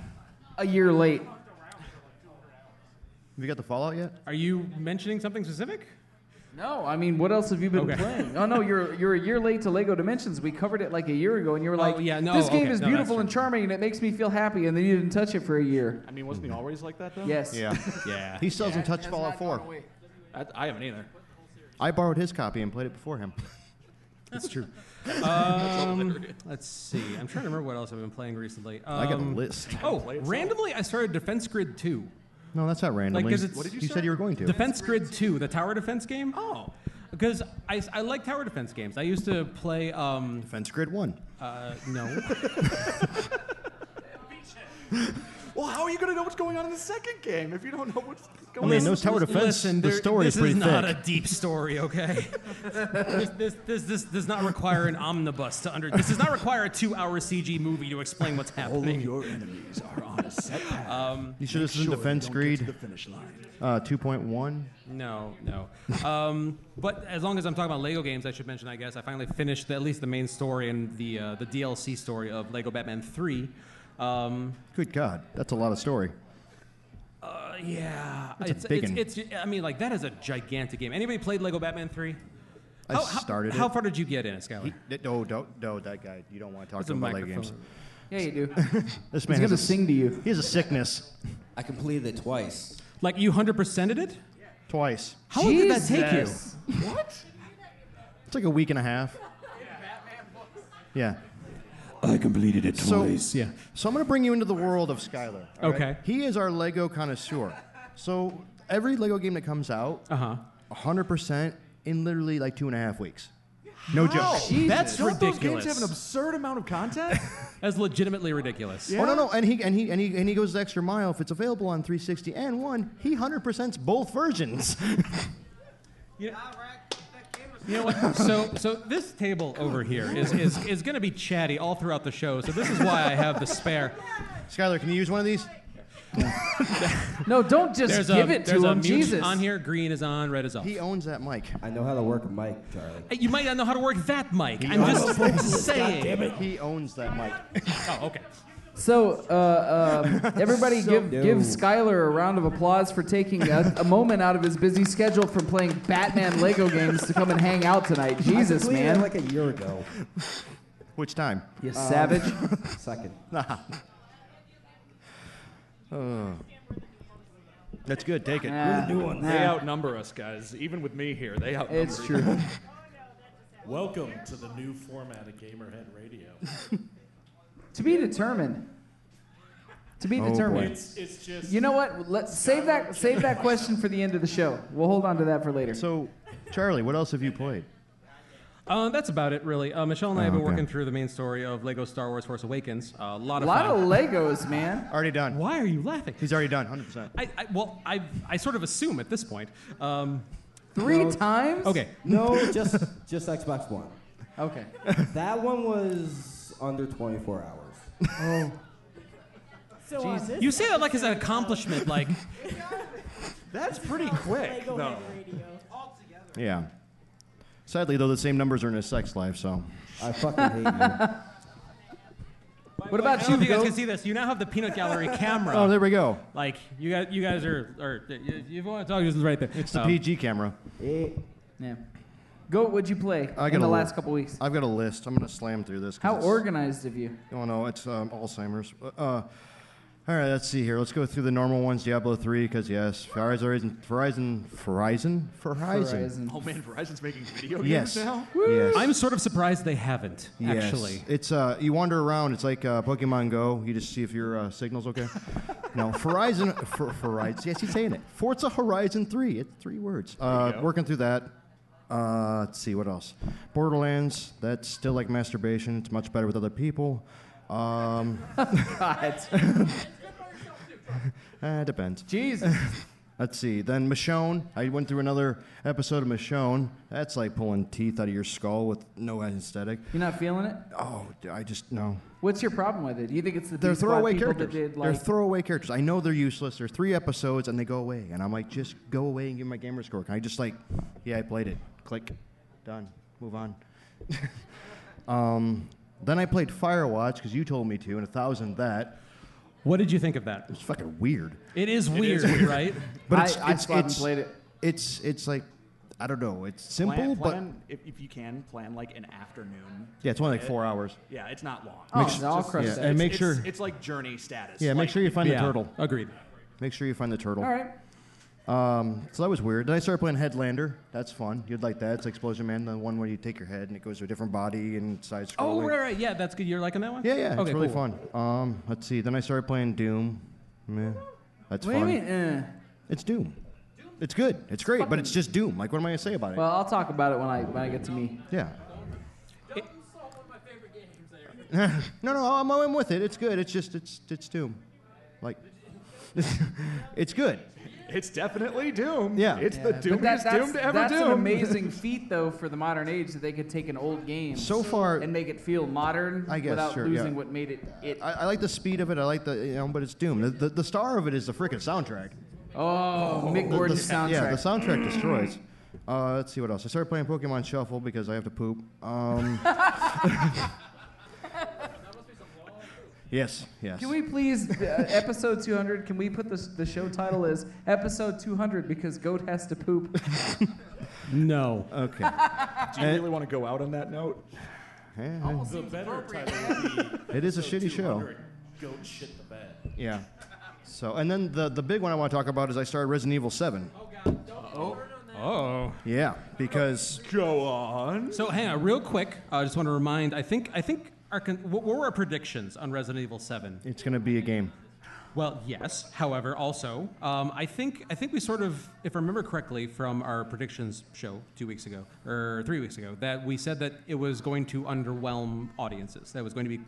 A year late.
Have you got the Fallout yet?
are you mentioning something specific?
No, I mean, what else have you been
Okay.
playing? Oh no, you're you're a year late to Lego Dimensions. We covered it like a year ago, and you were like,
Oh, yeah, no,
"This game
okay,
is
no, that's
beautiful
true.
and charming, and it makes me feel happy," and then you didn't touch it for a year.
I mean, wasn't he always like that, though?
Yes.
Yeah.
He still hasn't touched Fallout 4.
I, I haven't either.
I borrowed his copy and played it before him.
That's true. Um, let's see. I'm trying to remember what else I've been playing recently. Um,
I got a list.
Oh,
Play it some.
randomly I started Defense Grid 2.
No, that's not randomly.
Like, 'cause it's- What did
you,
you
said you were going to.
Defense Grid 2, the tower defense game. Oh. Because I, I like tower defense games. I used to play, um,
Defense Grid 1.
uh, no.
Well, how are you going to know what's going on in the second game if you don't know what's going
I
on?
mean, those tower defense,
Listen,
the
there-
story
this
is pretty
not
thick.
a deep story, okay? this, this, this, this does not require an omnibus to under. This does not require a two-hour CG movie to explain what's
All of
happening.
your enemies are on a set path.
you should have
Make
seen
sure
Defense
you don't get
Grid
to the finish line.
uh, 2.1.
No, no. Um, but as long as I'm talking about Lego games, I should mention, I guess, I finally finished the, at least the main story and the uh, the DLC story of Lego Batman 3. Um,
Good God, that's a lot of story.
uh, yeah,
a
it's,
big
it's,
un.
it's I mean, like that is a gigantic game. Anybody played Lego Batman 3?
I started
How
it.
far did you get in it, Skylar?
Th- No, don't, no, that guy. You don't want to talk
It's
to
a
him about Lego
microphone.
games.
Yeah, you do.
This
He's
man
gonna
has a,
sing to you.
He has a sickness.
I completed it twice.
Like you 100%ed it?
Twice.
How long did that take you?
Jesus.
It's like a week and a half. Yeah.
I completed it
So,
twice.
Yeah.
so I'm going to bring you into the world of Skylar. all right?
Okay.
He is our Lego connoisseur. So every Lego game that comes out,
Uh huh.
100% in literally like two and a half weeks. No joke.
That's
Don't those games
ridiculous.
have an
absurd amount of content?
That's legitimately ridiculous.
Oh no no, and he and he and he and he goes the extra mile. If it's available on 360 and one, he 100 percents both versions.
You know what? So, so this table over here is, is, is going to be chatty all throughout the show. So this is why I have the spare.
Skylar, can you use one of these?
No, don't just
There's
give
a,
it
there's
to
a
him.
mute
Jesus.
on here. Green is on. Red is off.
He owns that mic.
I know how to work a mic, Charlie.
Hey, you might not know how to work that mic. I'm just saying.
He owns that mic.
Oh, okay.
So, uh, uh, everybody, give
no.
give Skylar a round of applause for taking a, a moment out of his busy schedule from playing Batman Lego games to come and hang out tonight.
I
Jesus,
completed it
man,
like a Um, year ago.
Which time?
you savage.
Second.
That's good. Take it.
Nah, nah.
They outnumber us, guys. Even with me here, they outnumber
It's true.
Welcome to the new format of Gamerhead Radio.
to be determined. To be determined.
It's, it's just
You know what? Let's save that save that question for the end of the show. We'll hold on to that for later.
So, Charlie, what else have you played?
Uh, that's about it, really. Uh, Michelle and I have been
okay.
working through the main story of Lego Star Wars Force Awakens. Uh, a lot
a
of
lot of
fun.
Legos, man.
Already done.
Why are you laughing?
He's already done. 100. percent
I, I, well, I, I sort of assume at this point. Um,
Three times.
okay.
No, just just Xbox One.
Okay.
That one was under 24 hours.
So on this
You say that like it's an accomplishment. Like,
That's pretty quick,
Lego
though.
Head Radio.
Yeah. Sadly, though, the same numbers are in his sex life. So,
I fucking hate you.
What
I
about
don't know
you,
if you guys can
Bill?
see this. You now have the peanut gallery camera.
oh, there we go.
Like you guys, you guys are, are you, you want to talk? This is right there. Um,
It's the PG camera.
Yeah. Go. What'd you play
I
in
got a-
the last couple weeks?
I've got a list. I'm gonna slam through this. 'cause
How
it's-
organized of you?
Oh no, it's um, Alzheimer's. Uh, uh, all right, let's see here. Let's go through the normal ones. Diablo 3, because yes, Verizon, Verizon, Verizon, Verizon.
Verizon.
Oh man, Verizon's making video games
Yes.
now.
Yes.
I'm sort of surprised they haven't
Yes.
actually.
It's uh, you wander around. It's like uh, Pokemon Go. You just see if your uh, signal's okay. no, Verizon, for, Verizon. Yes, he's saying it. Forza Horizon Three. It's three words. Uh, working through that. Uh, let's see what else. Borderlands. That's still like masturbation. It's much better with other people. Um,
God.
eh, depends.
Jesus.
Let's see. Then Michonne. I went through another episode of Michonne. That's like pulling teeth out of your skull with no anesthetic.
You're not feeling it?
Oh, d- I just no.
What's your problem with it? Do you think it's the
They're
B squad
throwaway
people
characters.
that did
they're
like?
throwaway characters. I know they're useless. They're three episodes and they go away. And I'm like, just go away and give me my gamer score. Can I just like, yeah, I played it. Click, done, move on. um, then I played Firewatch because you told me to, and a thousand of that.
What did you think of that?
It's fucking weird.
It is weird, right?
But
I-
it's
I
it's,
still haven't
it's-
played it.
It's it's like, I don't know. It's simple,
Plan,
but
plan if, if you can plan like an afternoon.
yeah, it's only like four hours.
Yeah, it's not long.
Oh, no, I'll crush
yeah,
that.
and make
it's,
sure.
it's like journey status.
Yeah, make
Like,
sure you find
Yeah,
the turtle.
Agreed.
Make sure you find the turtle.
All right.
Um, so that was weird. Then I started playing Headlander. That's fun. You'd like that. It's like Explosion Man, the one where you take your head and it goes to a different body and side scrolling.
Oh, right, right. Yeah, that's good. You're liking that one?
Yeah, yeah.
Okay,
it's really
cool.
fun. Um, let's see. Then I started playing Doom. Meh. That's
What do you
fun.
mean? Uh,
It's Doom. It's good. It's great, but it's just Doom. Like, what am I gonna say about it?
well, I'll talk about it when I when I get to me.
yeah. no, no, I'm, I'm with it. It's good. It's just it's it's Doom. Like, it's good.
It's definitely Doom.
Yeah.
It's the
But that-
doomiest Doom to ever
that's
do.
an amazing feat, though, for the modern age that they could take an old game
So far,
and make it feel modern
I guess,
without
sure, yeah.
losing what made it it.
I, I like the speed of it. I like the, you know, but it's Doom. The, the, the star of it is the freaking soundtrack.
oh, Mick
The- the
Gordon's
s-
soundtrack.
Yeah, the soundtrack destroys. Uh, let's see what else. I started playing Pokemon Shuffle because I have to poop. Um, yes, yes.
Can we please, uh, episode 200, can we put this, the show title as episode 200 because goat has to poop?
No.
Okay.
Do you really want to go out on that note?
Eh,
the better title would be
it is a shitty show.
200 Goat shit the bed.
Yeah. So, and then the, the big one I want to talk about is I started Resident Evil 7.
Oh.
Oh.
Yeah, because
Go on.
So hang on, real quick. I just want to remind. I think I think our con- what were our predictions on Resident Evil 7?
It's going to be a game.
Well, yes. However, also, um, I think I think we sort of, if I remember correctly, from our predictions show two weeks ago or three weeks ago, that we said that it was going to underwhelm audiences. That it was going to be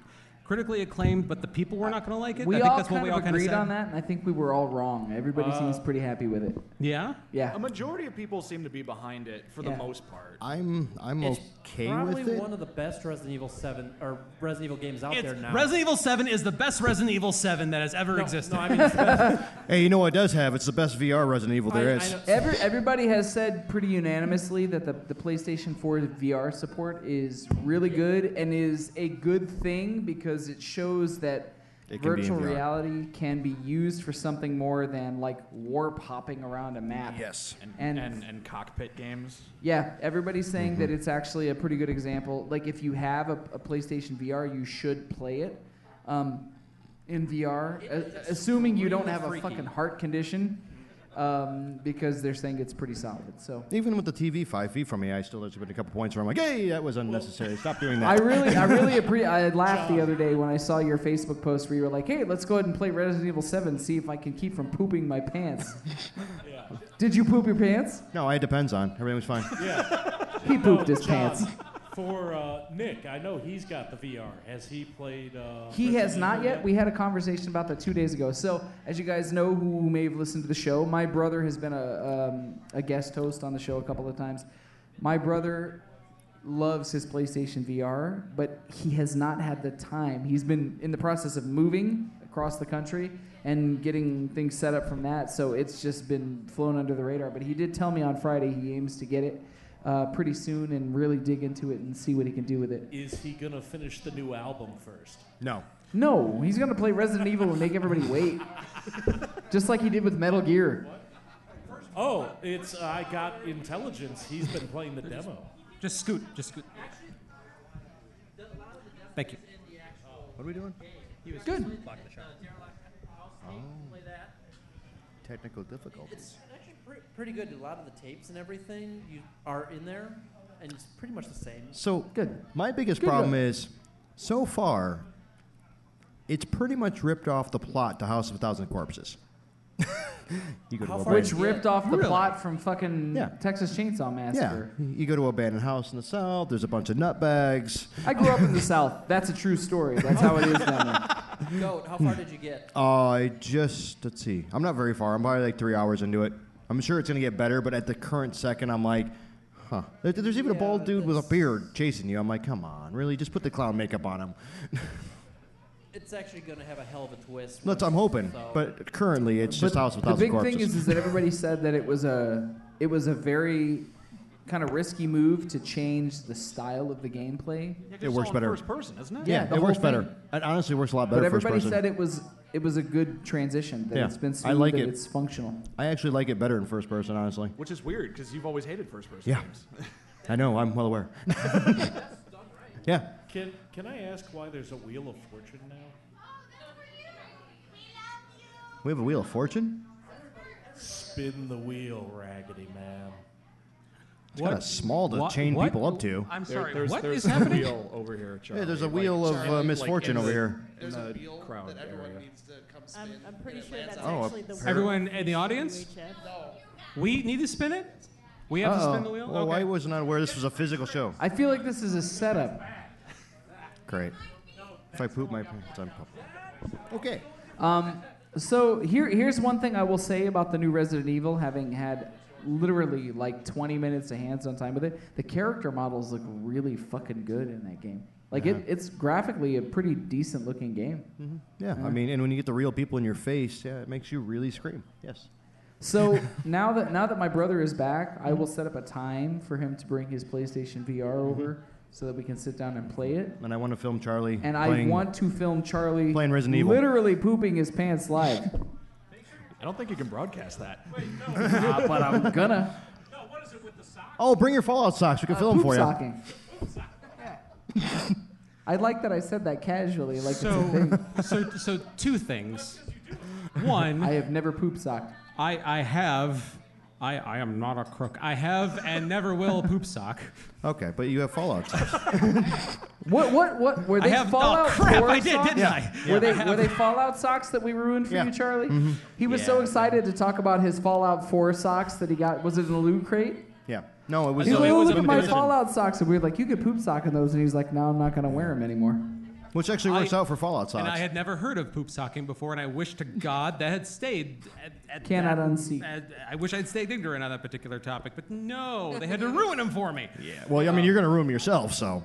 critically acclaimed, but the people were not going to like it.
We
I think
all
that's
kind
what we
of
all kind of
agreed
said. Uh,
on that, and I think we were all wrong. Everybody seems pretty happy with it.
Yeah.
Yeah.
A majority of people seem to be behind it for
Yeah.
the most part.
I'm I'm
It's
okay
probably
with it.
one of the best Resident Evil 7 or Resident Evil games out
It's-
there now.
Resident Evil 7 is the best Resident Evil 7 that has ever
no,
existed.
no, I mean, it's the best-
hey, you know what it does have? It's the best VR Resident Evil
I-
there
I
is.
know-
Every, everybody has said pretty unanimously that the, the PlayStation 4 VR support is really good and is a good thing because it shows that
It can be in
virtual
VR.
reality can be used for something more than like warp hopping around a map.
Yes.
And-
And, and, and cockpit games.
Yeah, everybody's saying that it's actually a pretty good example. Like, if you have a, a PlayStation VR, you should play it um, in VR, a- assuming you don't have a fucking heart condition, um, because they're saying it's pretty solid. So.
Even with the TV five feet from me, I still there's been a couple points where I'm like, hey, that was unnecessary. Stop doing
I
that.
really, I really appreciate. I laughed the other day when I saw your Facebook post where you were like, "Hey, let's go ahead and play Resident Evil 7, see if I can keep from pooping my pants." Did you poop your pants?
no, it depends on. Everything was fine.
He pooped his
John,
pants.
For uh, Nick, I know he's got the VR. Has he played? Uh,
He
Resident
has not
Evil
yet. We had a conversation about that two days ago. So, as you guys know, who may have listened to the show, my brother has been a um, a guest host on the show a couple of times. My brother loves his PlayStation VR, but he has not had the time. He's been in the process of moving across the country and getting things set up from that, so it's just been flown under the radar. But he did tell me on Friday he aims to get it uh, pretty soon and really dig into it and see what he can do with it.
Is he gonna finish the new album first?
No.
No, he's gonna play Resident Evil and make everybody wait, just like he did with Metal Gear.
Oh, it's uh, I got intelligence. He's been playing the demo.
Just scoot. Just scoot. Thank you.
What are we doing?
Good.
Technical difficulties.
actually pre- pretty good. A lot of the tapes and everything you are in there, and it's pretty much the same.
So
Good.
My biggest
Good
problem
luck.
is, so far, it's pretty much ripped off the plot to House of a Thousand Corpses. you go to
How
a
far
band-
Which ripped off the
Really?
plot from fucking
Yeah.
Texas Chainsaw
Yeah,
Massacre.
you go to an abandoned house in the south. There's a bunch of nutbags.
I grew up in the South. That's a true story. That's how it is down there.
Goat, how
Hmm.
far did you get?
I just let's see. I'm not very far. I'm probably like three hours into it. I'm sure it's gonna get better, but at the current second, I'm like, huh. There- There's even a
Yeah,
bald dude with a
that's-
beard chasing you. I'm like, come on, really? Just put the clown makeup on him.
It's actually going to have a hell of a twist.
That's I'm hoping.
So-
But currently, it's just
But
House of a
the
Thousand
big
Corpses.
thing is, is that everybody said that it was a it was a very kind of risky move to change the style of the gameplay.
It
works better.
First person, isn't it?
Yeah,
Yeah,
the
it works
whole
better.
thing.
It honestly works a lot better.
But
first
everybody
person.
said it was it was a good transition. That
Yeah.
it's been
I
smooth,
like
that
it.
it's functional.
I actually like it better in first person. Honestly,
Which is weird because you've always hated first person
Yeah.
games.
I know I'm well aware. yeah,
Can Can I ask why there's a Wheel of Fortune now?
We love you.
we have a Wheel of Fortune.
Spin the wheel, Raggedy Man.
It's kind of small to chain people up to.
I'm
There-
sorry.
there's
what
there's
is
a
happening?
wheel over here, Charlie.
Yeah, there's a
Uh, like-
wheel of
Charlie,
uh,
like,
misfortune
in
over
the-
here.
There's
in
a
the
wheel
crowd
that everyone
area.
needs to come spin.
I'm, I'm pretty
and it
sure
lands
that's
on-
Oh,
actually the word
Everyone in the audience,
you reach it.
we need to spin it. We have to spin the wheel.
Well,
okay.
I was not aware this was a physical show.
I feel like this is a setup.
Great. If I poop my pants, I'm okay.
So here, here's one thing I will say about the new Resident Evil, having had literally like 20 minutes of hands-on time with it. The character models look really fucking good in that game. Like it, it's graphically a pretty decent-looking game.
Yeah, I mean, and when you get the real people in your face, yeah, it makes you really scream. Yes.
So now that now that my brother is back, I will set up a time for him to bring his PlayStation VR
Mm-hmm.
over so that we can sit down and play it.
And I want to film Charlie.
And
playing,
I want to film Charlie
playing Resident Evil.
literally pooping his pants live.
I don't think you can broadcast that.
Uh, but I'm gonna
Oh, bring your Fallout socks. We can
Uh,
film
poop
for you.
socking. I like that I said that casually. Like it's a
So,
thing.
so, so two things. One,
I have never poop socked.
I, I have I, I am not a crook. I have and never will poop sock.
Okay, but you have Fallout. socks.
What what what were
I
they
have- oh,
Fallout
crap,
horror
I did,
socks?
didn't I? Yeah.
Were they
I have- Mm-hmm.
were they Fallout socks that we ruined for
Yeah.
you, Charlie? He was so
Yeah.
excited to talk about his Fallout 4 socks that he got. Was it in a loot crate?
yeah. No, it was.
He was
it
like,
was
look
a
at my
petition.
Fallout socks, and we were like, you could poop sock in those, and he was like, no, I'm not gonna wear them anymore.
Which actually works
I-
out for Fallout socks.
And I had never heard of poop socking before, and I wish to God that had stayed. At, at
Cannot
that-
unsee.
at- I wish I'd stayed ignorant on that particular topic, but no, they had to ruin them for me.
yeah. Well,
uh,
I mean, you're going to ruin 'em yourself, so.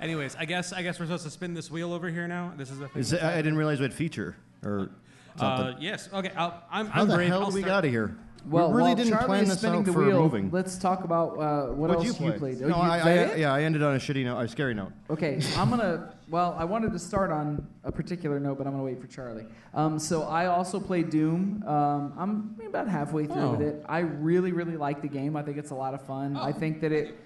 Anyways, I guess I guess we're supposed to spin this wheel over here now. This is the
Is it, I I didn't realize we had feature or something.
Uh, yes. Okay. I'll, I'm.
How
I'm
the
brave.
hell
I'll
did we
start.
got out of here?
Well,
we really
while
didn't
Charlie
plan
is
this
spinning
out
the
for
wheel,
moving.
let's talk about uh, what
What'd
else
you play?
played. Oh,
No,
you
I,
played
I,
it?
yeah, I ended on a shitty note, a scary note.
Okay, I'm gonna. Well, I wanted to start on a particular note, but I'm gonna wait for Charlie. Um, so I also play Doom. Um, I'm about halfway through with it. I really, really like the game. I think it's a lot of fun. I think that it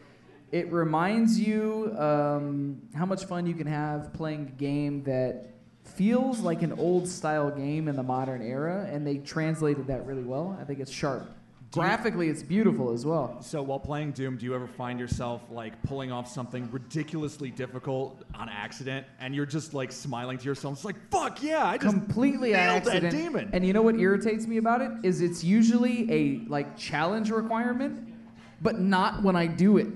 it reminds you um, how much fun you can have playing a game that feels like an old style game in the modern era, and they translated that really well. I think it's sharp. Graphically, it's beautiful as well.
So while playing Doom, do you ever find yourself like pulling off something ridiculously difficult on accident, and you're just like smiling to yourself, it's like "fuck yeah, I just
completely an
nailed
accident.
that demon."
And you know what irritates me about it is it's usually a like challenge requirement, but not when I do it.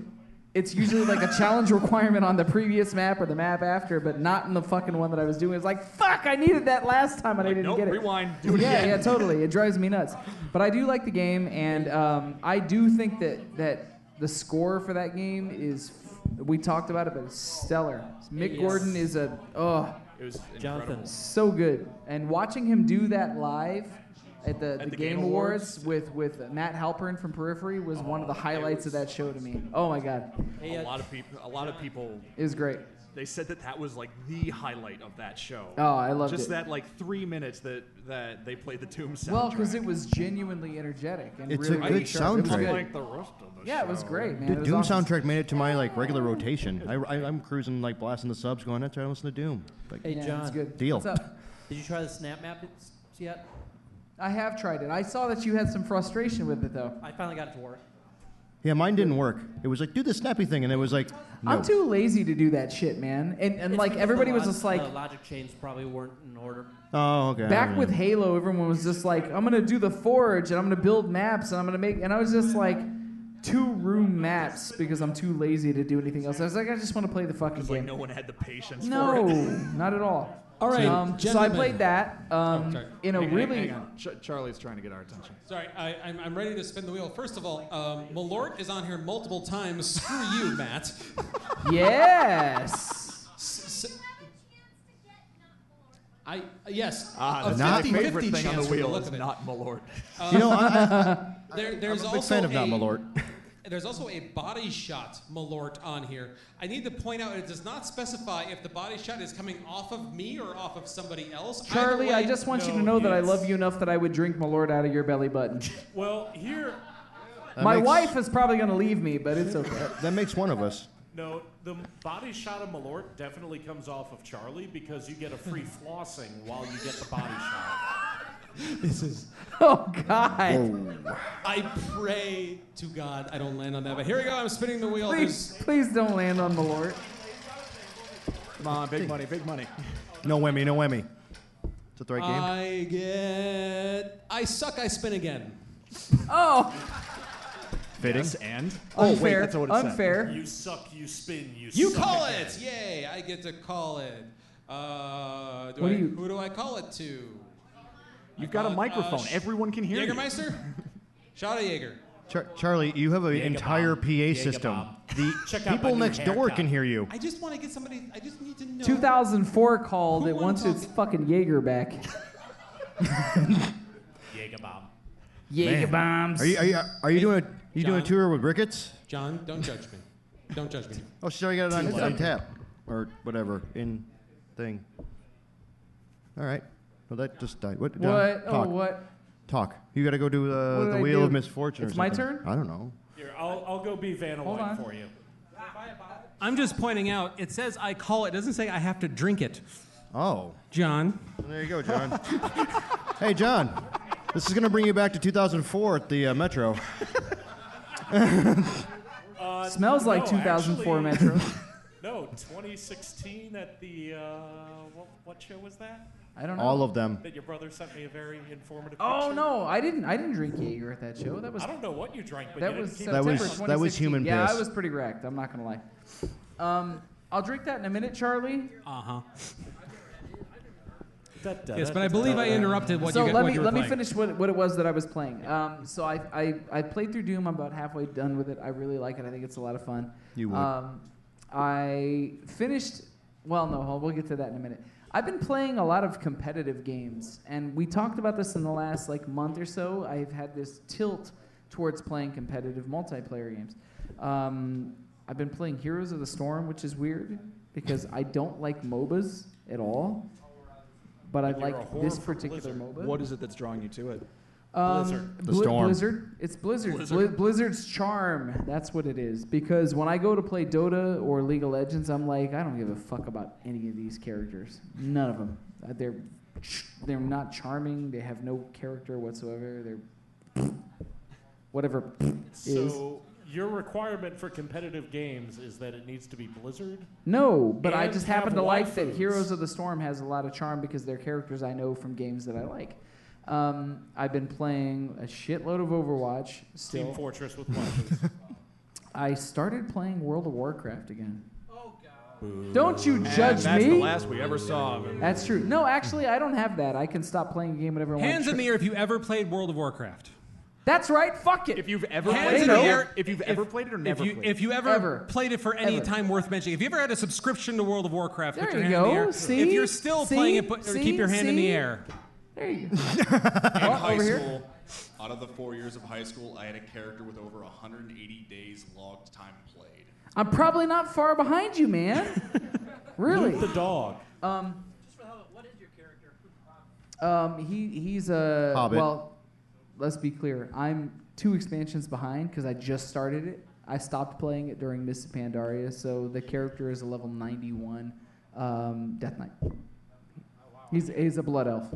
It's usually like a challenge requirement on the previous map or the map after, but not in the fucking one that I was doing. It's like fuck, I needed that last time and I
Like,
didn't
nope,
get it.
rewind, do it
yeah,
again.
yeah, totally. It drives me nuts. But I do like the game, and um, I do think that that the score for that game is. We talked about it, but it's stellar. Mick Gordon is a oh
it was
Jonathan.
so good. And watching him do that live at the, the,
the
Game,
Game
Awards, with, with Matt Halpern from Periphery was one of the highlights of that show to me. Oh my God.
Hey,
a
uh,
lot of people. A lot of people.
It was great.
They said that that was like the highlight of that show.
Oh, I loved
just
it.
that like three minutes that that they played the Doom soundtrack.
Well, because it was genuinely energetic and
It's a
really
good
really sharp. It was
soundtrack.
good.
like the rest of the
Yeah, it was
show.
great, man.
The
It was
Doom
awesome.
soundtrack made it to my like regular rotation. I, I, I'm cruising like blasting the subs, going, that's right, I listen to Doom. Like,
Hey,
Yeah,
John.
it's good.
Deal.
What's up?
Did you try the snap map it's- yet?
I have tried it. I saw that you had some frustration with it though.
I finally got it to work.
yeah, mine didn't work. It was like, do the snappy thing, and it was like, no.
I'm too lazy to do that shit, man. And and
It's
like
because the
everybody was
log-
just like
the logic chains probably weren't in order.
oh, okay.
Back
yeah.
with Halo, everyone was just like, I'm gonna do the forge and I'm gonna build maps and I'm gonna make and I was just like two room maps because I'm too lazy to do anything else. I was like, I just wanna play the fucking
Because like
game.
no one had the patience for
no,
it.
not at all.
All right,
Um, so I
gentlemen.
played that um,
sorry.
in a
Hang on,
really
hang on. Ch- Charlie's trying to get our attention.
Sorry, I, I'm, I'm ready to spin the wheel. First of all, um, Malort is on here multiple times. Screw you, Matt.
Yes.
S- s- I yes,
Ah,
a
that's my
50
favorite
50
thing on
chance
the
for the
wheel
look
is
of it.
not Malort.
You know, I, I,
There, there's
I'm a
also
big fan of
a,
not Malort.
There's also a body shot Malort on here. I need to point out it does not specify if the body shot is coming off of me or off of somebody else. Either
Charlie, I
way-
just want you to
no,
know that I
it's-
love you enough that I would drink my lord out of your belly button.
Well, here,
That
my
makes-
wife is probably gonna leave me, but it's okay.
That makes one of us.
no, the body shot of Malort definitely comes off of Charlie because you get a free flossing while you get the body shot.
This is.
Oh God.
I pray to God I don't land on that. But here we go. I'm spinning the wheel.
Please,
There's-
please don't land on my lord.
Come on, big money, big money.
No whammy, no whammy. Is that the right game?
I get. I suck. I spin again.
Oh.
Fitting.
Yes, and
Unfair.
oh wait, that's what it said.
unfair.
You suck, you spin, you.
You
suck
call
again.
it. Yay! I get to call it. Uh, do
What
I,
do you-
Who do I call it to?
You've got a
Uh,
microphone.
uh, sh-
Everyone can hear you.
Jägermeister. Shot of Jaeger.
Char- Charlie, you have an entire PA system.
Jägerbomb.
The
Check out
people
my new
next door
haircut.
can hear you.
I just want to get somebody. I just need to know.
2004 called
Who
it
won
wants its
talking?
fucking Jaeger back.
Jägerbomb.
Jaeger bombs.
Are you are you, are you doing a you doing a
John?
tour with Ricketts?
John, don't judge me. Don't judge me.
Oh, she already got it on, it's on tap or whatever in thing. All right. Well, that just died. What? John,
what? Oh,
Talk.
what?
Talk. You got to go do
What
uh,
did
the
I
wheel of
do?
misfortune. or
It's my
something.
turn?
I don't know.
Here, I'll, I'll go be Vanna
Hold
White
on.
for you.
I'm just pointing out. It says I call it. Doesn't say I have to drink it.
Oh,
John.
Well, there you go, John. hey, John. This is going to bring you back to 2004 at the uh, Metro.
Uh,
Smells like
no,
2004
actually-
Metro.
No, 2016 at the uh, what, what show was that?
I don't know.
All of them.
That your brother sent me a very informative.
Oh
picture?
no, I didn't. I didn't drink Jaeger at that show. That was
I don't know what you drank, but
that
you
was
didn't keep
That
September
was- that was
2016.
human
Yeah,
piss.
I was pretty wrecked. I'm not gonna lie. Um, I'll drink that in a minute, Charlie.
Uh huh.
Da, da,
Yes,
da,
but I
da,
believe
da,
I
da.
interrupted what
so
you.
let
what
me
you were
let me
playing.
finish what, what it was that I was playing. Um, so I, I I played through Doom. I'm about halfway done with it. I really like it. I think it's a lot of fun.
You would.
Um, I finished. Well, no, hold- we'll get to that in a minute. I've been playing a lot of competitive games, and we talked about this in the last like month or so. I've had this tilt towards playing competitive multiplayer games. Um, I've been playing Heroes of the Storm, which is weird because I don't like MOBAs at all. But I
You're a
like
whore
this
for
particular
Blizzard.
MOBA.
What is it that's drawing you to it?
Um,
Blizzard.
The
Bli-
storm.
Blizzard. It's Blizzard. Bli-
Blizzard.
Blizzard's charm. That's what it is. Because when I go to play Dota or League of Legends, I'm like, I don't give a fuck about any of these characters. None of them. They're ch- they're not charming. They have no character whatsoever. They're whatever is.
So your requirement for competitive games is that it needs to be Blizzard.
No, but I
And
just happen
have
to like that
waifus.
Heroes of the Storm has a lot of charm because they're characters I know from games that I like. Um, I've been playing a shitload of Overwatch still.
Team Fortress with weapons.
I started playing World of Warcraft again. Oh God! Don't you judge
and that's
me?
the last we ever saw of him.
that's true. No, actually, I don't have that. I can stop playing a game whenever I want.
Hands in the air if you ever played World of Warcraft.
That's right. Fuck it.
If you've ever
Hands
played
in
it,
the
or-
air.
if you've ever played it or never
if you
played it.
if you ever,
Ever.
played it for any
Ever.
time worth mentioning, if you ever had a subscription to World of Warcraft,
There
put your
you
hand in the
go.
air.
See?
If you're still
See?
playing it, put, or
See?
keep your hand in the
See?
air.
there you go.
In
Oh,
high
over here.
school, out of the four years of high school, I had a character with over 180 days logged time played.
I'm probably not far behind you, man. really?
the dog.
Um,
Just for the hell of it, what is your character?
um, he he's a
Hobbit.
well. Let's be clear. I'm two expansions behind because I just started it. I stopped playing it during Mists of Pandaria, so the character is a level 91 um, Death Knight. He's he's a blood elf.
I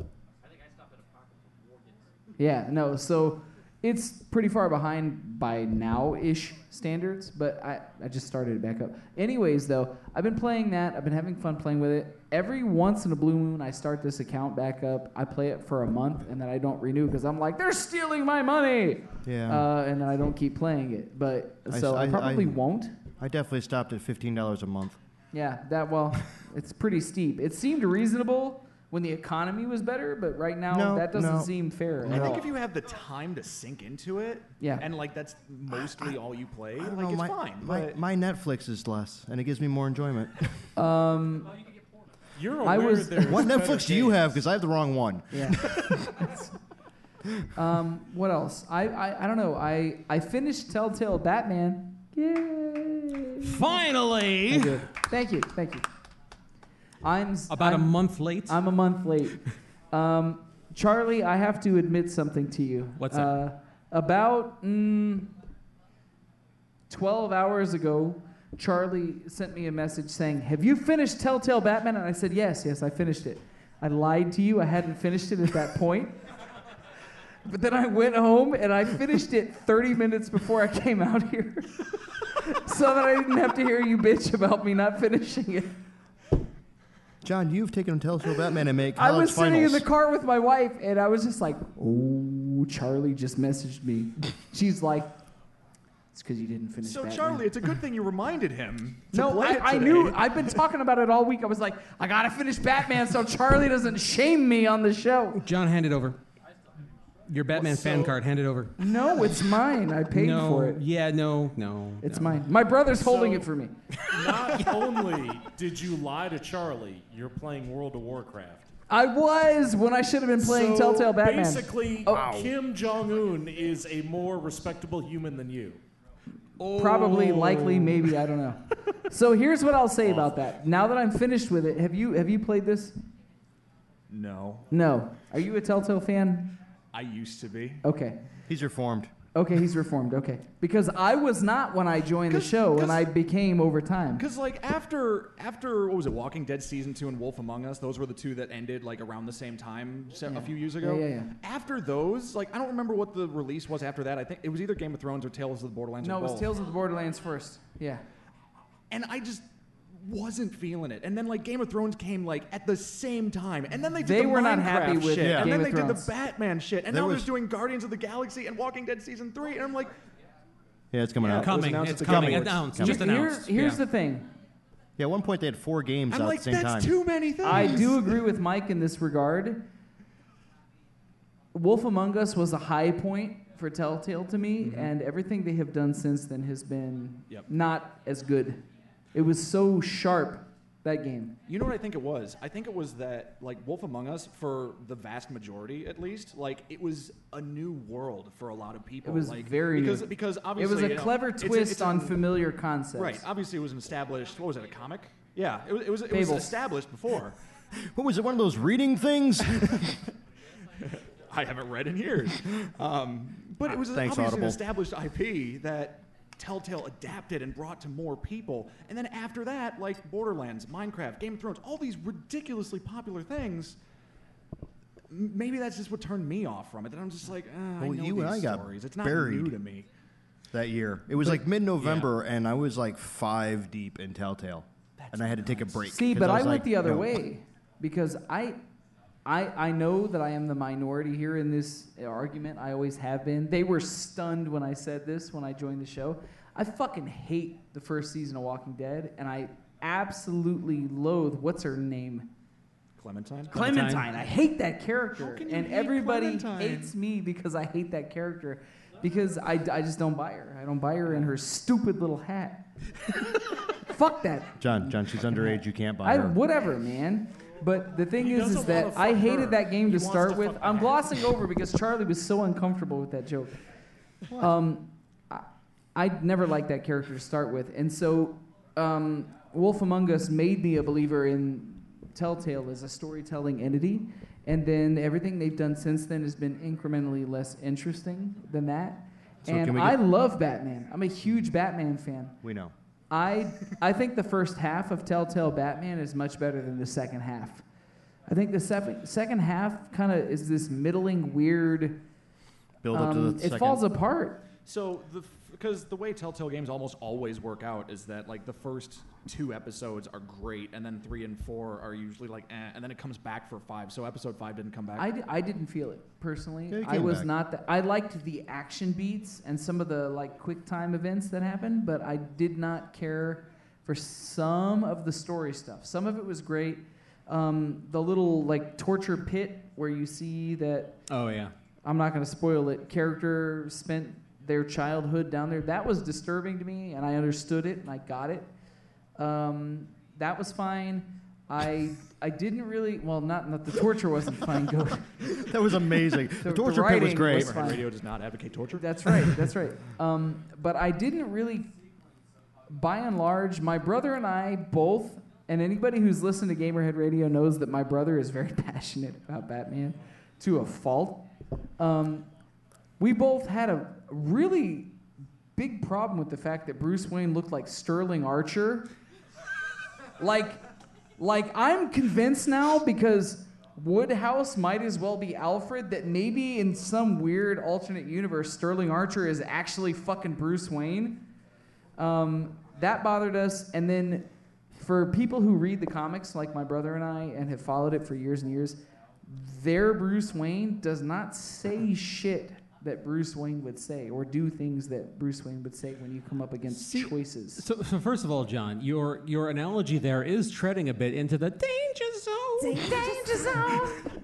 think I stopped at Apocalypse of Morgan.
Yeah, no. So it's pretty far behind by now ish standards, but I, I just started it back up. Anyways, though, I've been playing that. I've been having fun playing with it. Every once in a blue moon, I start this account back up. I play it for a month, and then I don't renew because I'm like, they're stealing my money.
Yeah.
Uh, and then I don't keep playing it. But
I
so
s-
I,
I-
probably
I-
won't.
I definitely stopped at $15 a month.
Yeah, that well, it's pretty steep. It seemed reasonable when the economy was better, but right now
No,
that doesn't
no.
seem fair.
I
at all.
think if you have the time to sink into it,
Yeah.
and like that's mostly all you play,
I
like
don't know,
it's
my,
fine.
my,
but
my Netflix is less, and it gives me more enjoyment.
You're aware
I was-
there's
what
better
Netflix do you
games.
have? Because I have the wrong one.
Yeah. um, what else? I, I I don't know. I I finished Telltale Batman. Yay! I
Finally,
did. Thank you. Thank you. I'm s-
about a
I'm,
month late.
I'm a month late. Um, Charlie, I have to admit something to you.
What's that?
uh, About mm, 12 hours ago, Charlie sent me a message saying, Have you finished Telltale Batman? And I said, Yes, yes, I finished it. I lied to you. I hadn't finished it at that point. But then I went home and I finished it 30 minutes before I came out here so that I didn't have to hear you bitch about me not finishing it.
John, you've taken Telltale Batman and made
I
college
was sitting in
finals.
the car with my wife, and I was just like, "Oh, Charlie just messaged me." She's like, "It's because you didn't finish."
so
Batman."
Charlie, it's a good thing you reminded him. to
no,
play
I,
it
I
today.
knew. I've been talking about it all week. I was like, "I gotta finish Batman, so Charlie doesn't shame me on the show."
John, hand it over. Your Batman fan card, hand it over.
No, it's mine. I paid
no,
for it.
yeah, no, no.
It's
no.
mine. My brother's holding
So-
it for me.
Not only did you lie to Charlie, you're playing World of Warcraft.
I was when I should have been playing
So
Telltale Batman.
Basically,
Oh.
Kim Jong Un is a more respectable human than you.
Probably, likely, maybe. I don't know. so here's what I'll say about that. Now that I'm finished with it, have you have you played this?
No,
No. Are you a Telltale fan?
I used to be.
Okay.
He's reformed.
Okay, he's reformed. Okay, because I was not when I joined the show, and I became over time.
Because like after after what was it, Walking Dead season two and Wolf Among Us, those were the two that ended like around the same time se-
Yeah.
a few years ago.
Yeah, yeah, yeah.
After those, like I don't remember what the release was after that. I think it was either Game of Thrones or Tales of the Borderlands.
No,
or
it was
both.
Tales of the Borderlands first. Yeah.
And I just wasn't feeling it. And then like Game of Thrones came like at the same time. And then they did
They
the
were not
Minecraft
happy with
shit. And
Game
then
of
they did
Thrones.
the Batman shit. And
There
now
was-
they're doing Guardians of the Galaxy and Walking Dead season three. And I'm like,
Yeah, it's coming
Yeah,
out.
it was
Coming,
announced
it's
at the
coming.
Game Awards.
Announced,
Coming.
just announced.
Here- here's
yeah.
the thing.
Yeah, at one point they had four games
I'm
out
like,
at the same
that's
time.
too many things.
I do agree with Mike in this regard. Wolf Among Us was a high point for Telltale to me,
Mm-hmm.
and everything they have done since then has been
Yep.
not as good. It was so sharp that game.
You know what I think it was? I think it was that like Wolf Among Us for the vast majority at least, like it was a new world for a lot of people.
It was
like,
very
because
new.
because
It
obviously
was a
you know,
clever
it's a-
twist
it's a-
on familiar concepts.
right. Obviously, it was an established. What was it? A comic? Yeah, it was. It was, it was
Fable.
established before.
What was it? One of those reading things?
I haven't read in years, um, but it was
Thanks,
obviously
Audible.
an established IP that Telltale adapted and brought to more people. And then after that, like Borderlands, Minecraft, Game of Thrones, all these ridiculously popular things. m- Maybe that's just what turned me off from it. That I'm just like, eh, I
Well,
know
you
these
and I got
stories. It's not new
buried.
to me.
that year. It was like mid November, and I was like five deep in Telltale. and I had to take a break.
See,
'cause
but I,
was
went
like,
the other
no.
way because I, I, I know that I am the minority here in this argument. I always have been. They were stunned when I said this when I joined the show. I fucking hate the first season of Walking Dead, and I absolutely loathe what's her name.
Clementine.
Clementine. I hate that character,
can you
and
hate
everybody
Clementine?
hates me because I hate that character, because I, I just don't buy her. I don't buy her in her stupid little hat. Fuck that
John, John, she's underage. You can't buy
I,
her.
whatever, man. But the thing
He
is,
doesn't
is that
wanna
I
fuck
hated
her.
that game
He
to
wants
start
to
with.
fuck
I'm
the
glossing over because Charlie was so uncomfortable with that joke. Um, I, I never liked that character to start with, and so um, Wolf Among Us made me a believer in Telltale as a storytelling entity. And then everything they've done since then has been incrementally less interesting than that.
So
and
can we
I
get-
love Batman. I'm a huge Batman fan.
we know.
I I think the first half of Telltale Batman is much better than the second half. I think the second second half kind of is this middling weird.
Build up to
um,
the
it
second.
falls apart.
So the because the way Telltale games almost always work out is that like the first two episodes are great, and then three and four are usually like, eh, and then it comes back for five. So episode five didn't come back.
I, di- I didn't feel it personally.
Yeah, it
I
came
was
back.
not that. I liked the action beats and some of the like quick time events that happened, but I did not care for some of the story stuff. Some of it was great. Um, the little like torture pit where you see that
Oh yeah.
I'm not going to spoil it. Character spent their childhood down there. That was disturbing to me, and I understood it and I got it. Um, that was fine. I I didn't really well not not the torture wasn't fine. Go.
that was amazing.
the
the torture pit was
writing
great.
was
Hammerhead
fine.
Radio does not advocate torture.
That's right. That's right. Um, but I didn't really, by and large, my brother and I both, and anybody who's listened to Gamerhead Radio knows that my brother is very passionate about Batman to a fault. Um, we both had a really big problem with the fact that Bruce Wayne looked like Sterling Archer. like, like I'm convinced now because Woodhouse might as well be Alfred. That maybe in some weird alternate universe, Sterling Archer is actually fucking Bruce Wayne. Um, that bothered us. And then for people who read the comics, like my brother and I, and have followed it for years and years, their Bruce Wayne does not say shit that Bruce Wayne would say or do things that Bruce Wayne would say when you come up against
See,
choices.
So, so first of all, John, your your analogy there is treading a bit into the danger zone.
Danger zone.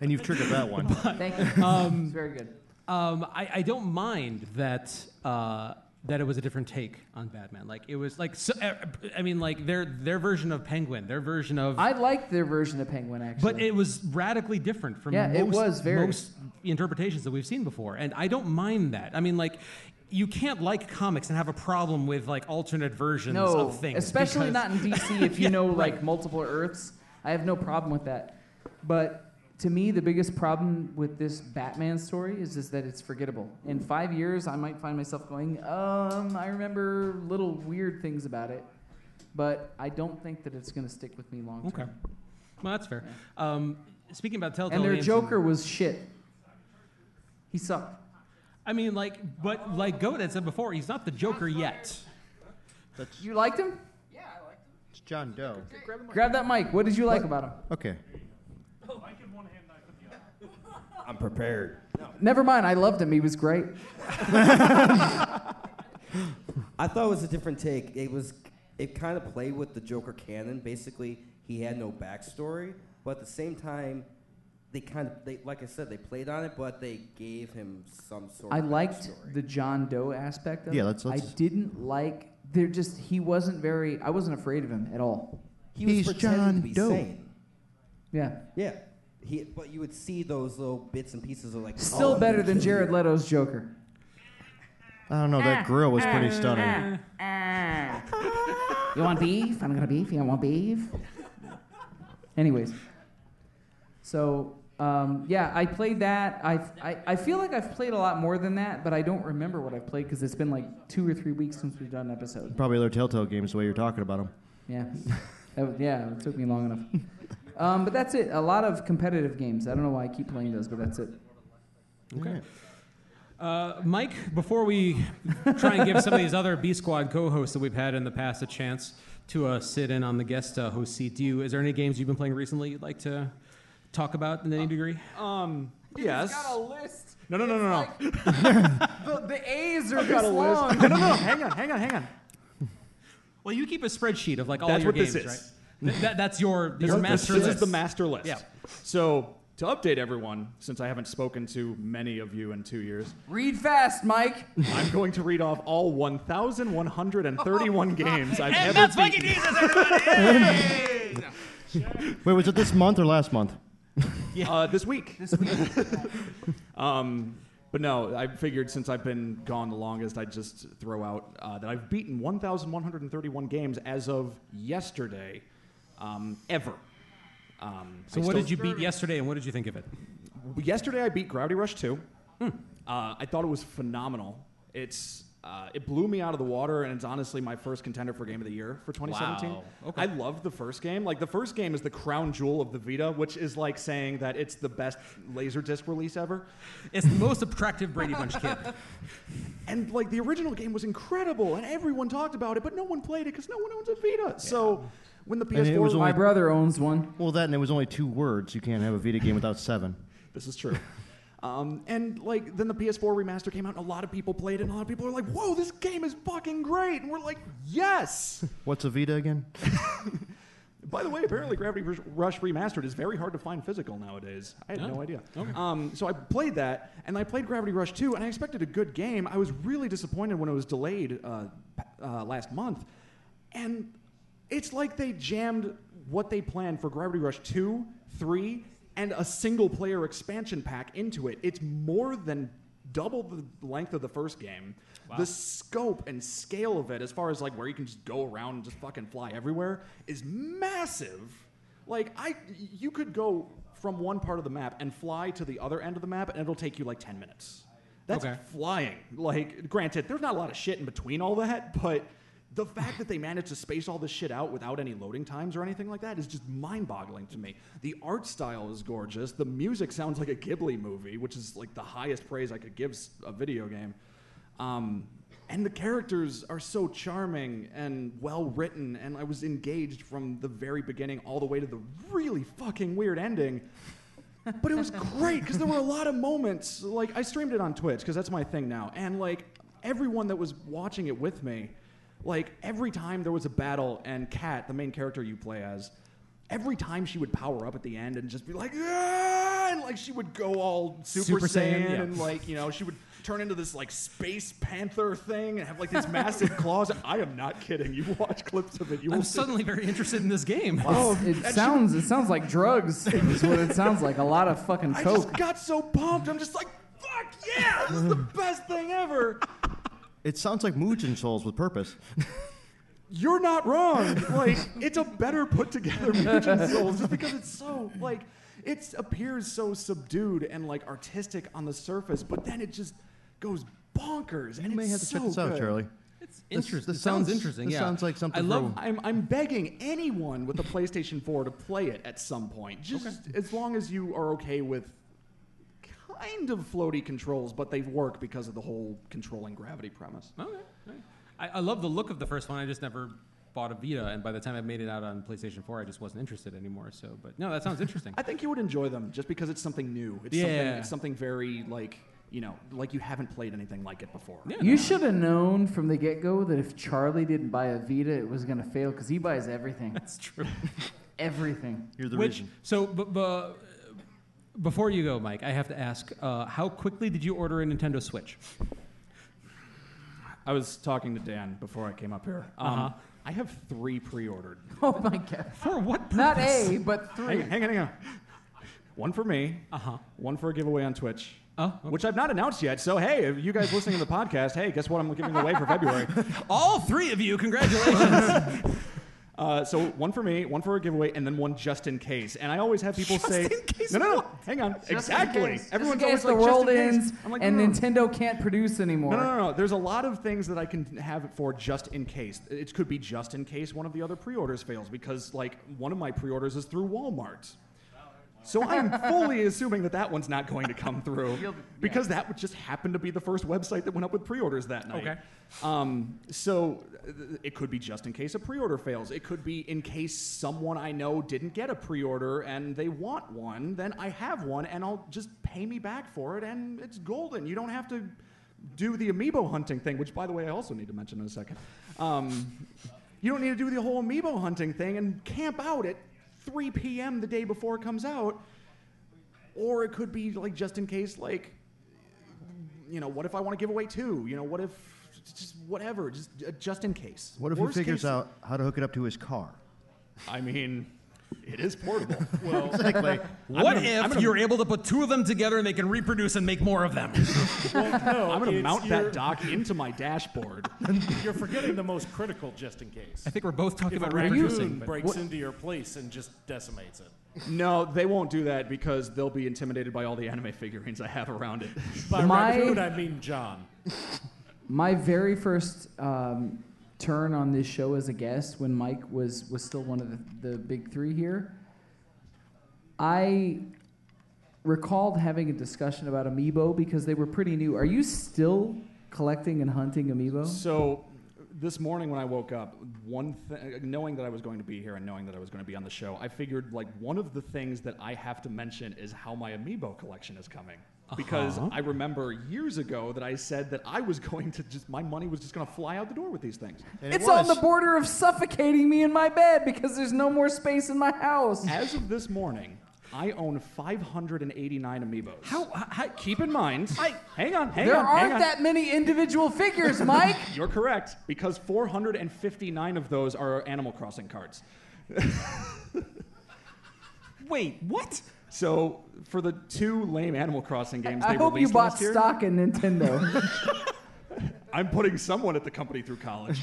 And you've triggered that one.
Thank you. it's very good.
Um, I, I don't mind that uh, that it was a different take on Batman. Like it was like so, uh, I mean like their their version of Penguin, their version of
I liked their version of Penguin actually.
but it was radically different from
Yeah,
most,
it was very-
most interpretations that we've seen before, and I don't mind that. I mean like. You can't like comics and have a problem with like alternate versions
no,
of things.
especially
because-
not in DC if you
Yeah,
know like
right.
multiple Earths. I have no problem with that. But to me, the biggest problem with this Batman story is, is that it's forgettable. In five years, I might find myself going, um, I remember little weird things about it, but I don't think that it's going to stick with me long term.
Okay. Well, that's fair. Um, speaking about Telltale
And their
Games
Joker was shit. He sucked.
I mean, like, but like Goat had said before, he's not the Joker yet.
You liked him?
It's John Doe.
Grab that mic. What did you like about him?
Okay.
I'm prepared.
Never mind. I loved him. He was great.
I thought it was a different take. It was it kind of played with the Joker canon. Basically, he had no backstory, but at the same time, they kind of they like I said they played on it, but they gave him some sort.
I
of
liked
backstory.
the John Doe aspect of
Yeah,
it.
let's- let's-
I didn't like. They're just. He wasn't very. I wasn't afraid of him at all.
He was
He's
pretending
John
to be
Doe.
sane.
Yeah.
Yeah, he but you would see those little bits and pieces of like
Still
oh,
better than
shit.
Jared Leto's Joker.
I don't know. That grill was pretty stunning.
You want beef? I'm gonna beef. You want beef? Anyways, so um, yeah, I played that. I, I I feel like I've played a lot more than that, but I don't remember what I've played because it's been like two or three weeks since we've done an episode.
Probably their Telltale games the way you're talking about them.
Yeah, that was, yeah, it took me long enough. Um, but that's it. A lot of competitive games. I don't know why I keep playing those, but that's it.
Okay.
Uh, Mike, before we try and give some of these other B Squad co-hosts that we've had in the past a chance to uh, sit in on the guest uh, host seat, do you? Is there any games you've been playing recently you'd like to talk about in any degree?
Um, yes.
list.
No, no, no, no, no.
The, the A's are
got
this
a
long.
list. No, no, no. Hang on, hang on, hang on.
Well, you keep a spreadsheet of like all
That's
your
what this
games,
is.
right? Th- that, that's your your
This-
master
this
list.
is the master list.
Yeah.
So to update everyone, since I haven't spoken to many of you in two years,
Read fast, Mike.
I'm going to read off all 1,131 games I've ever beaten.
Wait, was it this month or last month?
Uh, this week. This week. um, but no, I figured since I've been gone the longest, I'd just throw out uh, that I've beaten 1,131 games as of yesterday, um, ever. Um,
So
I
what
still-
did you beat yesterday, and what did you think of it?
Yesterday, I beat Gravity Rush 2. Uh, I thought it was phenomenal. It's uh, it blew me out of the water, and it's honestly my first contender for Game of the Year for 2017.
Wow. Okay.
I loved the first game. Like the first game is the crown jewel of the Vita, which is like saying that it's the best laserdisc release ever.
It's the most attractive Brady Bunch kid.
And like the original game was incredible, and everyone talked about it, but no one played it because no one owns a Vita. So when the
it
PS4
was
My brother owns one.
Well, that and it was only two words. You can't have a Vita game without seven.
This is true. Um, and like then the PS4 remaster came out, and a lot of people played, it, and a lot of people are like, "Whoa, this game is fucking great!" And we're like, "Yes."
What's a Vita again?
By the way, apparently Gravity Rush- Rush Remastered is very hard to find physical nowadays. I had no idea. Um, so I played that, and I played Gravity Rush 2, and I expected a good game. I was really disappointed when it was delayed uh, p- uh, last month. And it's like they jammed what they planned for Gravity Rush 2, 3, and a single player expansion pack into it. It's more than double the length of the first game. The scope and scale of it, as far as like where you can just go around and just fucking fly everywhere, is massive. Like I, you could go from one part of the map and fly to the other end of the map, and it'll take you like ten minutes. That's
Okay.
flying. Like, granted, there's not a lot of shit in between all that, but the fact that they managed to space all this shit out without any loading times or anything like that is just mind boggling to me. The art style is gorgeous. The music sounds like a Ghibli movie, which is like the highest praise I could give s- a video game. Um, and the characters are so charming and well written, and I was engaged from the very beginning all the way to the really fucking weird ending but it was great because there were a lot of moments. Like I streamed it on Twitch because that's my thing now, and like everyone that was watching it with me, like every time there was a battle, and Kat, the main character you play as, every time she would power up at the end and just be like, yeah, and like she would go all Super,
Super
Saiyan,
Saiyan, yeah.
and like you know she would turn into this like space panther thing and have like these massive claws. I am not kidding. You watch clips of it, you will
I'm
see.
suddenly very interested in this game.
Oh,
it sounds it sounds like drugs. is what it sounds like. A lot of fucking
I
coke.
just got so pumped. I'm just like, fuck yeah, this is the best thing ever.
It sounds like Mugen Souls with purpose.
You're not wrong. Like, it's a better put together Mugen Souls just because it's so like it appears so subdued and like artistic on the surface, but then it just goes bonkers.
You
and
may
it's
have to check
so
this out,
good.
Charlie.
It's
This-
interest-
this
it sounds,
sounds-
interesting.
this
yeah,
sounds like something
I love.
for-
I'm, I'm begging anyone with a PlayStation 4 to play it at some point. Just as long as you are okay with kind of floaty controls, but they work because of the whole controlling gravity premise.
Okay. okay. I, I love the look of the first one. I just never bought a Vita, and by the time I made it out on PlayStation 4, I just wasn't interested anymore. So, but no, that sounds interesting.
I think you would enjoy them just because it's something new. It's
Yeah.
something it's something very like you know, like you haven't played anything like it before.
You should have known from the get go that if Charlie didn't buy a Vita, it was going to fail because he buys everything. That's
true.
everything.
You're
Which so, but, but before you go, Mike, I have to ask: uh, How quickly did you order a Nintendo Switch?
I was talking to Dan before I came up here. Um,
Uh-huh.
I have three pre-ordered.
Oh my god.
For what
Not
purpose?
A, but
Hang,
three.
hang on, hang on. One for me.
Uh huh.
One for a giveaway on Twitch.
Oh, okay.
Which I've not announced yet. So hey, if you guys listening to the podcast, hey, guess what? I'm giving away for February.
All three of you, congratulations!
Uh, so one for me, one for a giveaway, and then one just in case. And I always have people say, "No, no, no, hang on,
Just in
exactly."
case.
Everyone's
just in
always
case the
like,
world
just in case."
ends
I'm like,
and
no, no, no.
Nintendo can't produce anymore.
No, no, no, no. There's a lot of things that I can have it for just in case. It could be just in case one of the other pre-orders fails because, like, one of my pre-orders is through Walmart. So I'm fully assuming that that one's not going to come through because that would just happen to be the first website that went up with pre-orders that night.
Okay.
Um, so uh, it could be just in case a pre-order fails. It could be in case someone I know didn't get a pre-order and they want one, then I have one and I'll just pay me back for it and it's golden. You don't have to do the amiibo hunting thing, which by the way I also need to mention in a second. Um, you don't need to do the whole amiibo hunting thing and camp out at 3 p.m. the day before it comes out. Or it could be like just in case, like, you know, what if I want to give away two? You know, what if just whatever, just uh, just in case.
What if
Worst
he figures
case-
out how to hook it up to his car?
I mean, it is portable.
Well,
Exactly.
what
gonna-
if
I'm gonna-
you're able to put two of them together and they can reproduce and make more of them?
no,
I'm going to
it's-
mount
you're-
that dock into my dashboard.
You're forgetting the most critical, just in case.
I think we're both talking
If a
about
raccoon
reproducing. but-
breaks into your place and just decimates it.
no, they won't do that because they'll be intimidated by all the anime figurines I have around it.
By
My-
raccoon, I mean John.
My very first um, turn on this show as a guest when Mike was was still one of the, the big three here, I recalled having a discussion about amiibo because they were pretty new. Are you still collecting and hunting amiibo?
So this morning when I woke up, one th- knowing that I was going to be here and knowing that I was going to be on the show, I figured like one of the things that I have to mention is how my amiibo collection is coming. Because I remember years ago that I said that I was going to just my money was just going to fly out the door with these things.
And it
It's on
was.
the border of suffocating me in my bed because there's no more space in my house.
As of this morning, I own 589 amiibos.
How- how-
Keep in mind. hang on, hang
There
on, hang
aren't
on.
that many individual figures, Mike.
You're correct because 459 of those are Animal Crossing cards.
wait, what?
So for the two lame Animal Crossing games
I
they
hope you
released
bought
last year,
stock in Nintendo.
I'm putting someone at the company through college.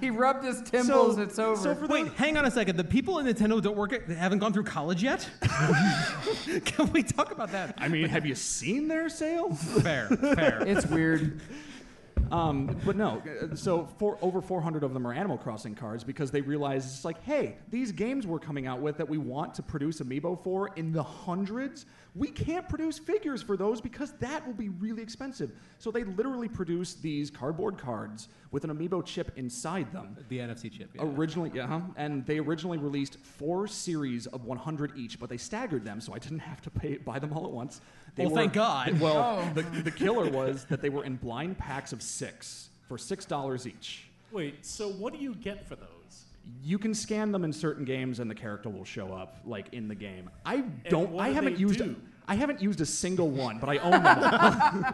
he rubbed his temples. it's over.
So for
Wait,
the,
hang on a second. The people in Nintendo don't work. At, they haven't gone through college yet. Can we talk about that?
I mean, have you seen their sales?
Fair, fair.
it's weird.
Um, but no, uh, so for, over 400 of them are Animal Crossing cards because they realize it's like, hey, these games we're coming out with that we want to produce amiibo for in the hundreds, we can't produce figures for those because that will be really expensive. So they literally produce these cardboard cards with an amiibo chip inside them.
the NFC chip. Yeah.
Originally, yeah, huh? and they originally released four series of 100 each, but they staggered them, so I didn't have to pay, buy them all at once. They
Well, thank God.
Oh.
Well, the, the killer was that they were in blind packs of six for six dollars each.
Wait, so what do you get for those?
You can scan them in certain games, and the character will show up like in the game. I don't.
what
I
do
haven't
they
used.
do?
I haven't used a single one, but I own them. all.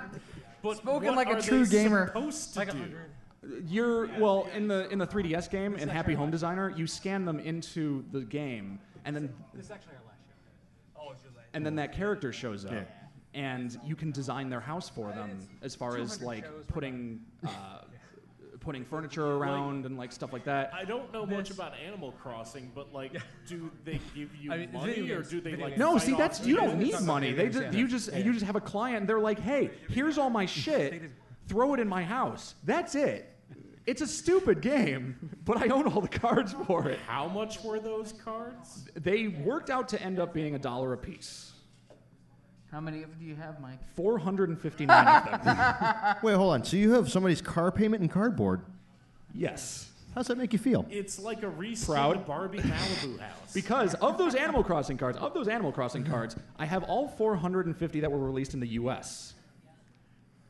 But
Spoken
what
like a
are
true
they
gamer.
Supposed to do?
You're well in the in the 3DS game in Happy Home Designer. You scan them into the game, and then this is actually our last show. Oh, it's your last. And then that character shows up,
Yeah.
and you can design their house for them as far as like putting uh, putting furniture around and like stuff like that.
I don't know much about Animal Crossing, but like, do they give you
I mean,
money
video
or
games,
do they
video
like?
games. no?
fight
See,
off
that's you don't need
demons?
money. They just, you just you just have a client. They're like, hey, here's all my shit. Throw it in my house. That's it. It's a stupid game, but I own all the cards for it.
How much were those cards?
They worked out to end up being a dollar a piece.
How many of do you have, Mike?
459 of them.
Wait, hold on. So you have somebody's car payment in cardboard.
Yes.
How's that make you feel?
It's like a restored
Proud.
Barbie Malibu house.
Because of those Animal Crossing cards, of those Animal Crossing cards, I have all 450 that were released in the US.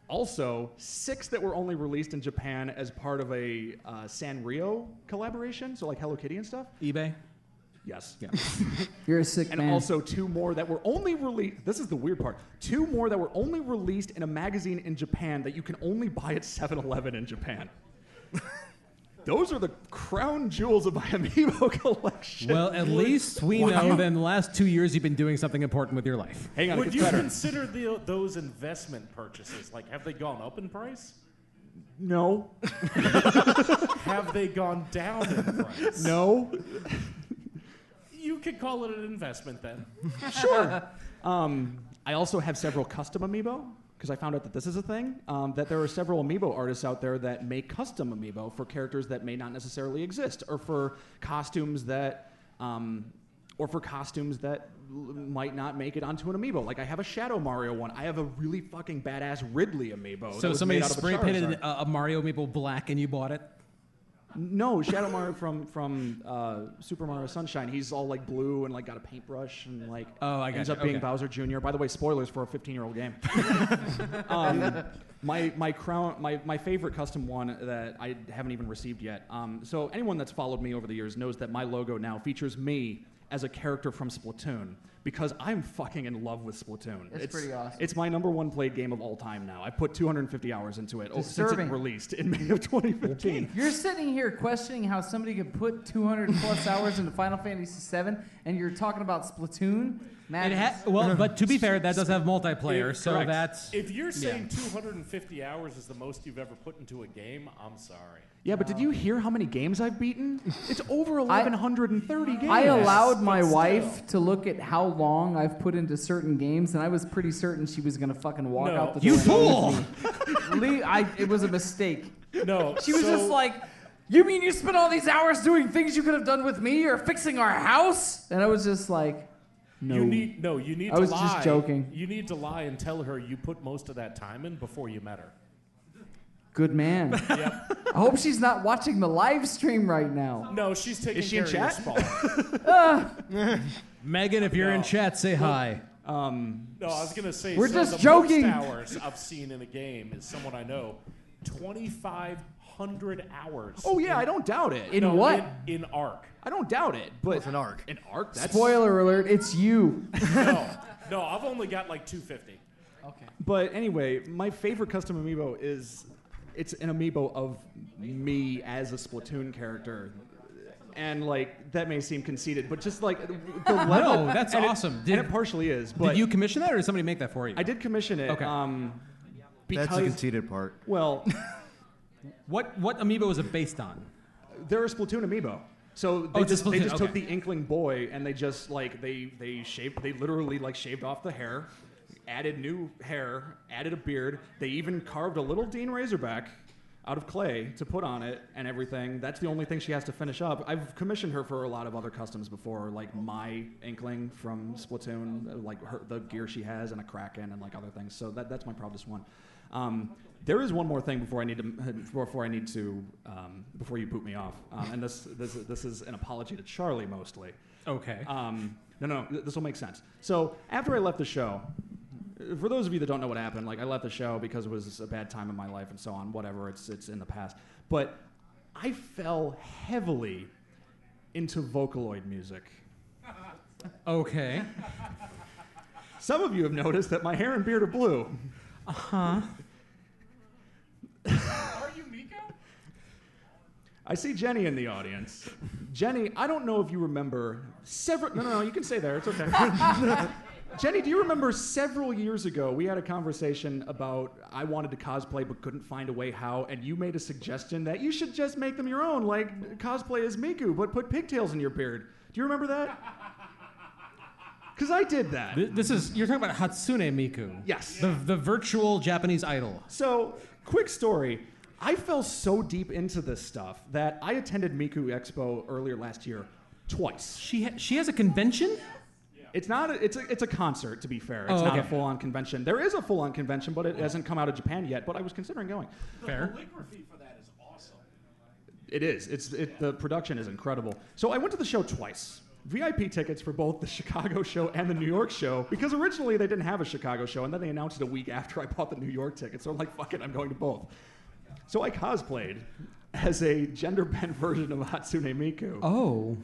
Also, six that were only released in Japan as part of a uh, Sanrio collaboration, so like Hello Kitty and stuff.
eBay.
Yes.
Yeah.
You're a sick
And
man.
also two more that were only released. This is the weird part. Two more that were only released in a magazine in Japan that you can only buy at 7 Eleven in Japan. Those are the crown jewels of my Amiibo collection.
Well, at least we know that in the last two years you've been doing something important with your life.
Hang on, it
Would
gets
you
better.
consider the, those investment purchases? Like, have they gone up in price?
No,
Have they gone down in price?
no.
You could call it an investment then.
Um, I also have several custom amiibo because I found out that this is a thing. Um, that there are several amiibo artists out there that make custom amiibo for characters that may not necessarily exist, or for costumes that, um, or for costumes that l- might not make it onto an amiibo. Like I have a Shadow Mario one. I have a really fucking badass Ridley amiibo. that
So
was
somebody
made out of a
spray painted
Charizard.
a, a Mario Maple black and you bought it.
No, Shadow Mario from from uh, Super Mario Sunshine. He's all like blue and like got a paintbrush and like
Oh, I
ends
gotcha.
up being
Okay.
Bowser Jr. By the way, spoilers for a 15 year old game. um, my my crown my, my favorite custom one that I haven't even received yet. Um, so anyone that's followed me over the years knows that my logo now features me as a character from Splatoon because I'm fucking in love with Splatoon.
It's pretty awesome.
It's my number one played game of all time now. I put 250 hours into it oh, since it
Disturbing.
released in May of 2015.
You're sitting here questioning how somebody could put 200 plus hours into Final Fantasy VII, and you're talking about Splatoon.
It
Madness.
ha- well, but to be fair, that does have multiplayer,
If-
so
correct.
that's
If you're saying 250 hours is the most you've ever put into a game, I'm sorry.
Yeah, but did you hear how many games I've beaten? It's over 1,130 games.
I allowed my
but
wife to look at how long I've put into certain games, and I was pretty certain she was gonna fucking walk
No.
out the door.
you
and leave
fool.
me. Leave, I, it was a mistake.
No.
She was
so-
just like, "You mean you spent all these hours doing things you could have done with me or fixing our house?" And I was just like, "No."
You need no. You need.
I
to
was
lie.
just joking.
You need to lie and tell her you put most of that time in before you met her.
Good man. I hope she's not watching the live stream right now.
No, she's taking
she in
care of
chat?
your spot.
Megan. If you're in
No.
chat, say hi.
Um,
No, I was gonna say.
We're
so
just
the
joking.
Most hours I've seen in a game is someone I know, 2,500 hours.
oh yeah, I don't doubt it.
In
No,
what?
In, in Arc.
I don't doubt it. But
It's an arc.
an arc. That's
Spoiler alert, it's you.
No, no, I've only got like 250.
But anyway, my favorite custom amiibo is it's an amiibo of me as a Splatoon character. And like that may seem conceited, but just like the level.
that's
and it-
awesome. Did-
and it partially is. But
Did you commission that, or did somebody make that for you?
I did commission it.
Okay.
Um, because
That's the conceited part.
well,
What what amiibo is it based on?
They're a Splatoon amiibo. So they
Oh, it's a
just they
Splatoon,
just took
okay.
the Inkling boy and they just like they they shaved they literally like shaved off the hair, added new hair, added a beard. They even carved a little Dean Razorback out of clay to put on it and everything. That's the only thing she has to finish up. I've commissioned her for a lot of other customs before, like my Inkling from Splatoon, like her, the gear she has and a Kraken and like other things. So that, that's my proudest one. Um, there is one more thing before I need to before I need to um, before you boot me off, um, and this, this this is an apology to Charlie mostly.
Okay.
Um, no, no, th- this will make sense. So after I left the show, uh, for those of you that don't know what happened, like I left the show because it was a bad time in my life and so on. Whatever, it's it's in the past. But I fell heavily into Vocaloid music.
okay.
Some of you have noticed that my hair and beard are blue.
Are you Miko?
I see Jenny in the audience. Jenny, I don't know if you remember several. No, no, no, you can stay there. It's okay. Jenny, do you remember several years ago we had a conversation about I wanted to cosplay but couldn't find a way how, and you made a suggestion that you should just make them your own, like cosplay as Miku, but put pigtails in your beard. Do you remember that? Because I did that.
Th- This is you're talking about Hatsune Miku.
Yes.
The the virtual Japanese idol.
So, quick story. I fell so deep into this stuff that I attended Miku Expo earlier last year twice.
She ha- she has a convention?
It's not. A, it's a it's a concert. To be fair, it's
Oh,
not a
okay.
full on convention. There is a full on convention, but it hasn't come out of Japan yet. But I was considering going.
The
Fair.
calligraphy for that is awesome.
It is. It's it, the production is incredible. So I went to the show twice. VIP tickets for both the Chicago show and the New York show because originally they didn't have a Chicago show, and then they announced it a week after I bought the New York ticket. So I'm like, fuck it, I'm going to both. So I cosplayed as a gender bent version of Hatsune Miku.
Oh.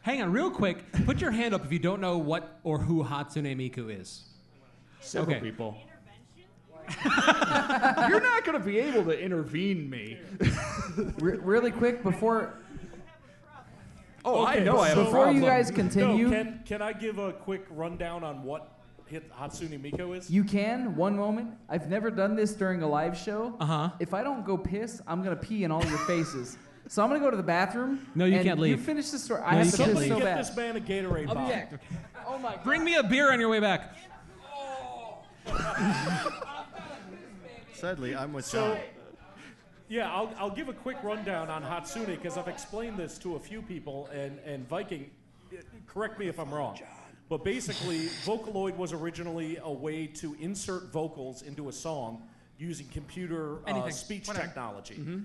Hang on, real quick. Put your hand up if you don't know what or who Hatsune Miku is.
Several
okay.
people. You're not going to be able to intervene me.
Re- really quick before
Oh, I
Okay,
know I have a
before
problem.
you guys continue,
No, can, can I give a quick rundown on what hit Hatsune Miku is?
you can one moment. I've never done this during a live show.
Uh-huh.
If I don't go piss, I'm gonna pee in all your faces. So I'm gonna go to the bathroom.
No, you
and
can't
You
leave.
finish the story. I have
you
to
can't
piss
Somebody
so
get
bad.
this man a Gatorade bottle.
Oh my
Bring me a beer on your way back.
Sadly, I'm with
So, yeah, I'll, I'll give a quick rundown on Hatsune because I've explained this to a few people, and, and Viking, eh, correct me if I'm wrong. But basically, Vocaloid was originally a way to insert vocals into a song using computer uh,
Anything,
speech
whatever. Mm-hmm.
technology.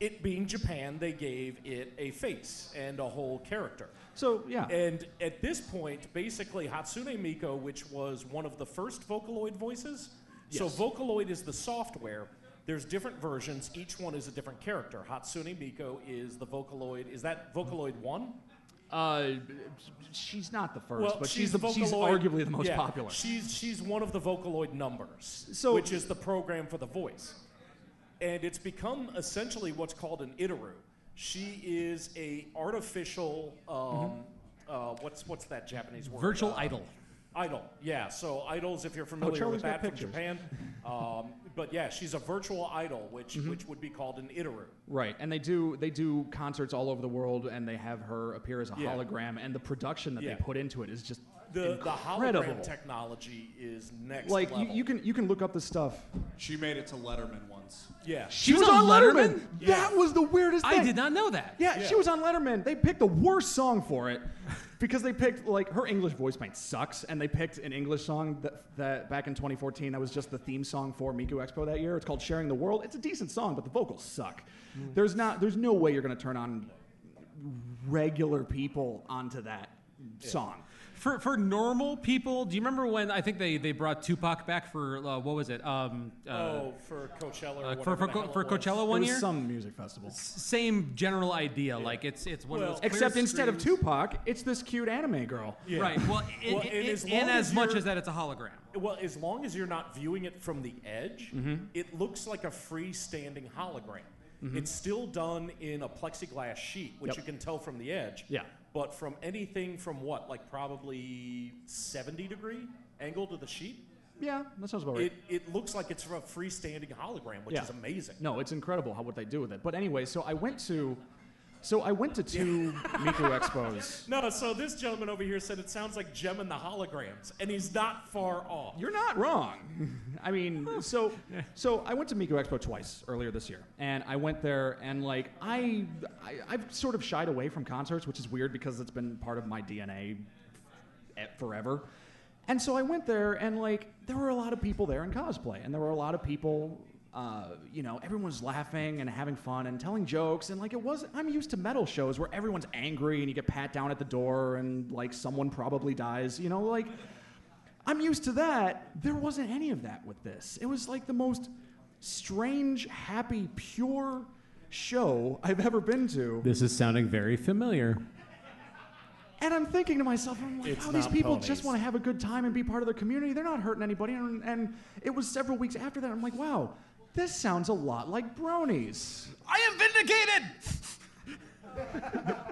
It being Japan, they gave it a face and a whole character.
So, yeah.
And at this point, basically, Hatsune Miku, which was one of the first Vocaloid voices, so Vocaloid is the software. There's different versions. Each one is a different character. Hatsune Miku is the Vocaloid. Is that Vocaloid one?
Uh, she's not the first, but she's, the,
Vocaloid,
she's arguably the most
yeah,
popular.
She's she's one of the Vocaloid numbers,
So-
which is the program for the voice, and it's become essentially what's called an iteru. She is a artificial. Um,
Mm-hmm.
uh, what's what's that Japanese word?
Virtual
Uh,
idol.
Idol, yeah. So idols, if you're familiar
Oh, Charlie's
with
got
that from
pictures.
Japan, um, but yeah, she's a virtual idol, which
Mm-hmm.
which would be called an iteru.
Right, and they do they do concerts all over the world, and they have her appear as a
Yeah.
hologram, and the production that
Yeah.
they put into it is just
The
incredible.
the hologram technology is next
like
level.
you, you can you can look up the stuff.
She made it to Letterman once.
yeah.
She,
was on Letterman?
Yeah.
That was the weirdest.
I
thing.
did not know that.
Yeah, she
Yeah.
was on Letterman. They picked the worst song for it because they picked like her English voice might sucks, and they picked an English song that, that back in 2014 that was just the theme song for Miku Expo that year. It's called "Sharing the World." It's a decent song, but the vocals suck.
Mm.
There's not there's no way you're gonna turn on regular people onto that song.
For for normal people, do you remember when I think they, they brought Tupac back for uh, what was it? Um, uh,
Oh, for Coachella. Or
uh, for for,
whatever the
Co-
hell
for
it was.
Coachella
it
one
was
year.
some music festival.
Same general idea. Like it's it's one
Well,
of those. clear
Except instead of
screens-
Tupac, it's this cute anime girl.
Yeah.
Right. Well, it,
Well,
it-
and
it-
as long
and
as
as much
you're-
as that, it's a hologram.
Well, as long as you're not viewing it from the edge,
Mm-hmm.
it looks like a freestanding hologram. It's still done in a plexiglass sheet, which
Yep.
you can tell from the edge.
Yeah.
But from anything from what, like probably 70 degree angle to the sheet,
Yeah, that sounds about right.
it, it looks like it's a freestanding hologram, which
Yeah.
is amazing.
No, it's incredible how what they do with it. But anyway, so I went to, so I went to two Miku expos.
No, so this gentleman over here said it sounds like Gem and the holograms, and he's not far off.
You're not wrong. I mean, so so I went to Miku Expo twice earlier this year, and I went there and like I, I I've sort of shied away from concerts, which is weird because it's been part of my DNA at e, forever. And so I went there, and like there were a lot of people there in cosplay, and there were a lot of people. Uh, you know, everyone was laughing and having fun and telling jokes, and like it was. I'm used to metal shows where everyone's angry and you get pat down at the door, and like someone probably dies. You know, like I'm used to that. There wasn't any of that with this. It was like the most strange, happy, pure show I've ever been to.
This is sounding very familiar.
And I'm thinking to myself, I'm like,
It's
how these
not
people
ponies.
just want to have a good time and be part of their community. They're not hurting anybody. And, and it was several weeks after that. I'm like, wow, this sounds a lot like bronies.
I am vindicated.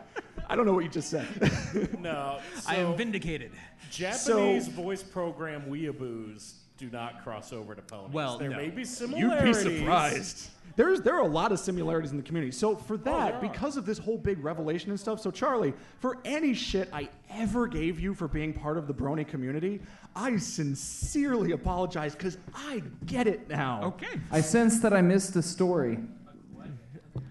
I don't know what you just said.
No.
I am
so
vindicated.
Japanese voice program weeaboos do not cross over to ponies.
Well,
there
no.
may be
You'd
similarities.
be surprised. There's there are a lot of similarities in the community. So
Oh,
for that,
there are.
because of this whole big revelation and stuff, so Charlie, for any shit I ever gave you for being part of the Brony community, I sincerely apologize because I get it now.
Okay.
I sense that I missed a story.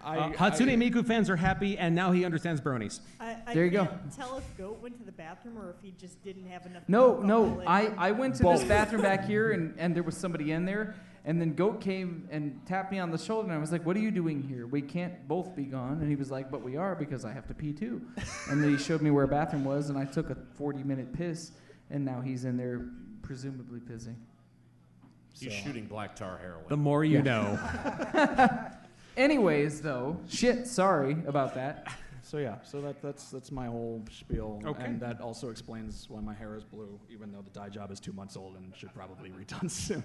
I,
Uh, Hatsune Miku fans are happy, and now he understands bronies.
I, I
There you go.
can't Tell if Goat went to the bathroom or if he just didn't have enough.
No,
alcohol
no.
in
I,
him.
I went to
Both.
this bathroom back here and, and there was somebody in there. And then Goat came and tapped me on the shoulder and I was like, What are you doing here? We can't both be gone. And he was like, But we are because I have to pee too. And then he showed me where a bathroom was and I took a 40 minute piss and now he's in there presumably pissing.
He's shooting black tar heroin.
The more you know.
Anyways, though, shit, sorry about that.
so yeah, so that, that's that's my whole spiel,
Okay.
and that also explains why my hair is blue, even though the dye job is two months old and should probably redone soon.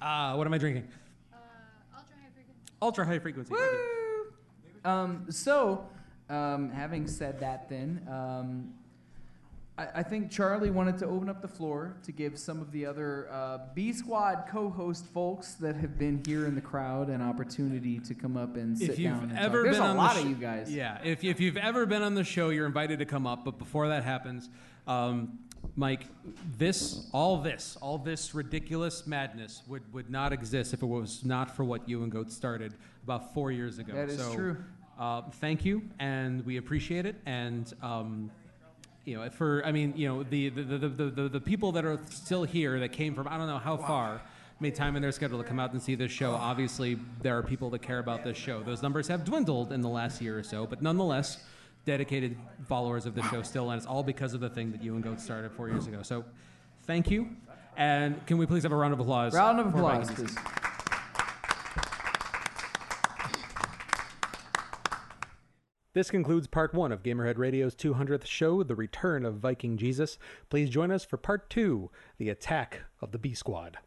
Ah, what am I drinking?
Uh, ultra high frequency.
Ultra high frequency. thank you.
Um, so, um, having said that, then um, I, I think Charlie wanted to open up the floor to give some of the other uh, B Squad co-host folks that have been here in the crowd an opportunity to come up and sit
If you've
down. and talk.
ever
There's
been
a
on
lot
the sh-
of you guys.
yeah. If, if you've ever been on the show, you're invited to come up. But before that happens, um, Mike, this, all this, all this ridiculous madness would, would not exist if it was not for what you and Goat started about four years ago.
That is
So,
true.
Uh, thank you, and we appreciate it. And um, you know, for I mean, you know, the the, the, the, the the people that are still here that came from I don't know how far made time in their schedule to come out and see this show. Obviously, there are people that care about this show. Those numbers have dwindled in the last year or so, but nonetheless, dedicated followers of the show still, and it's all because of the thing that you and Goat started four years ago. So, thank you, and can we please have a round of applause?
Round of
for
applause,
Vikings?
please.
This concludes part one of Gamerhead Radio's 200th show, The Return of Viking Jesus. Please join us for part two, The Attack of the B Squad.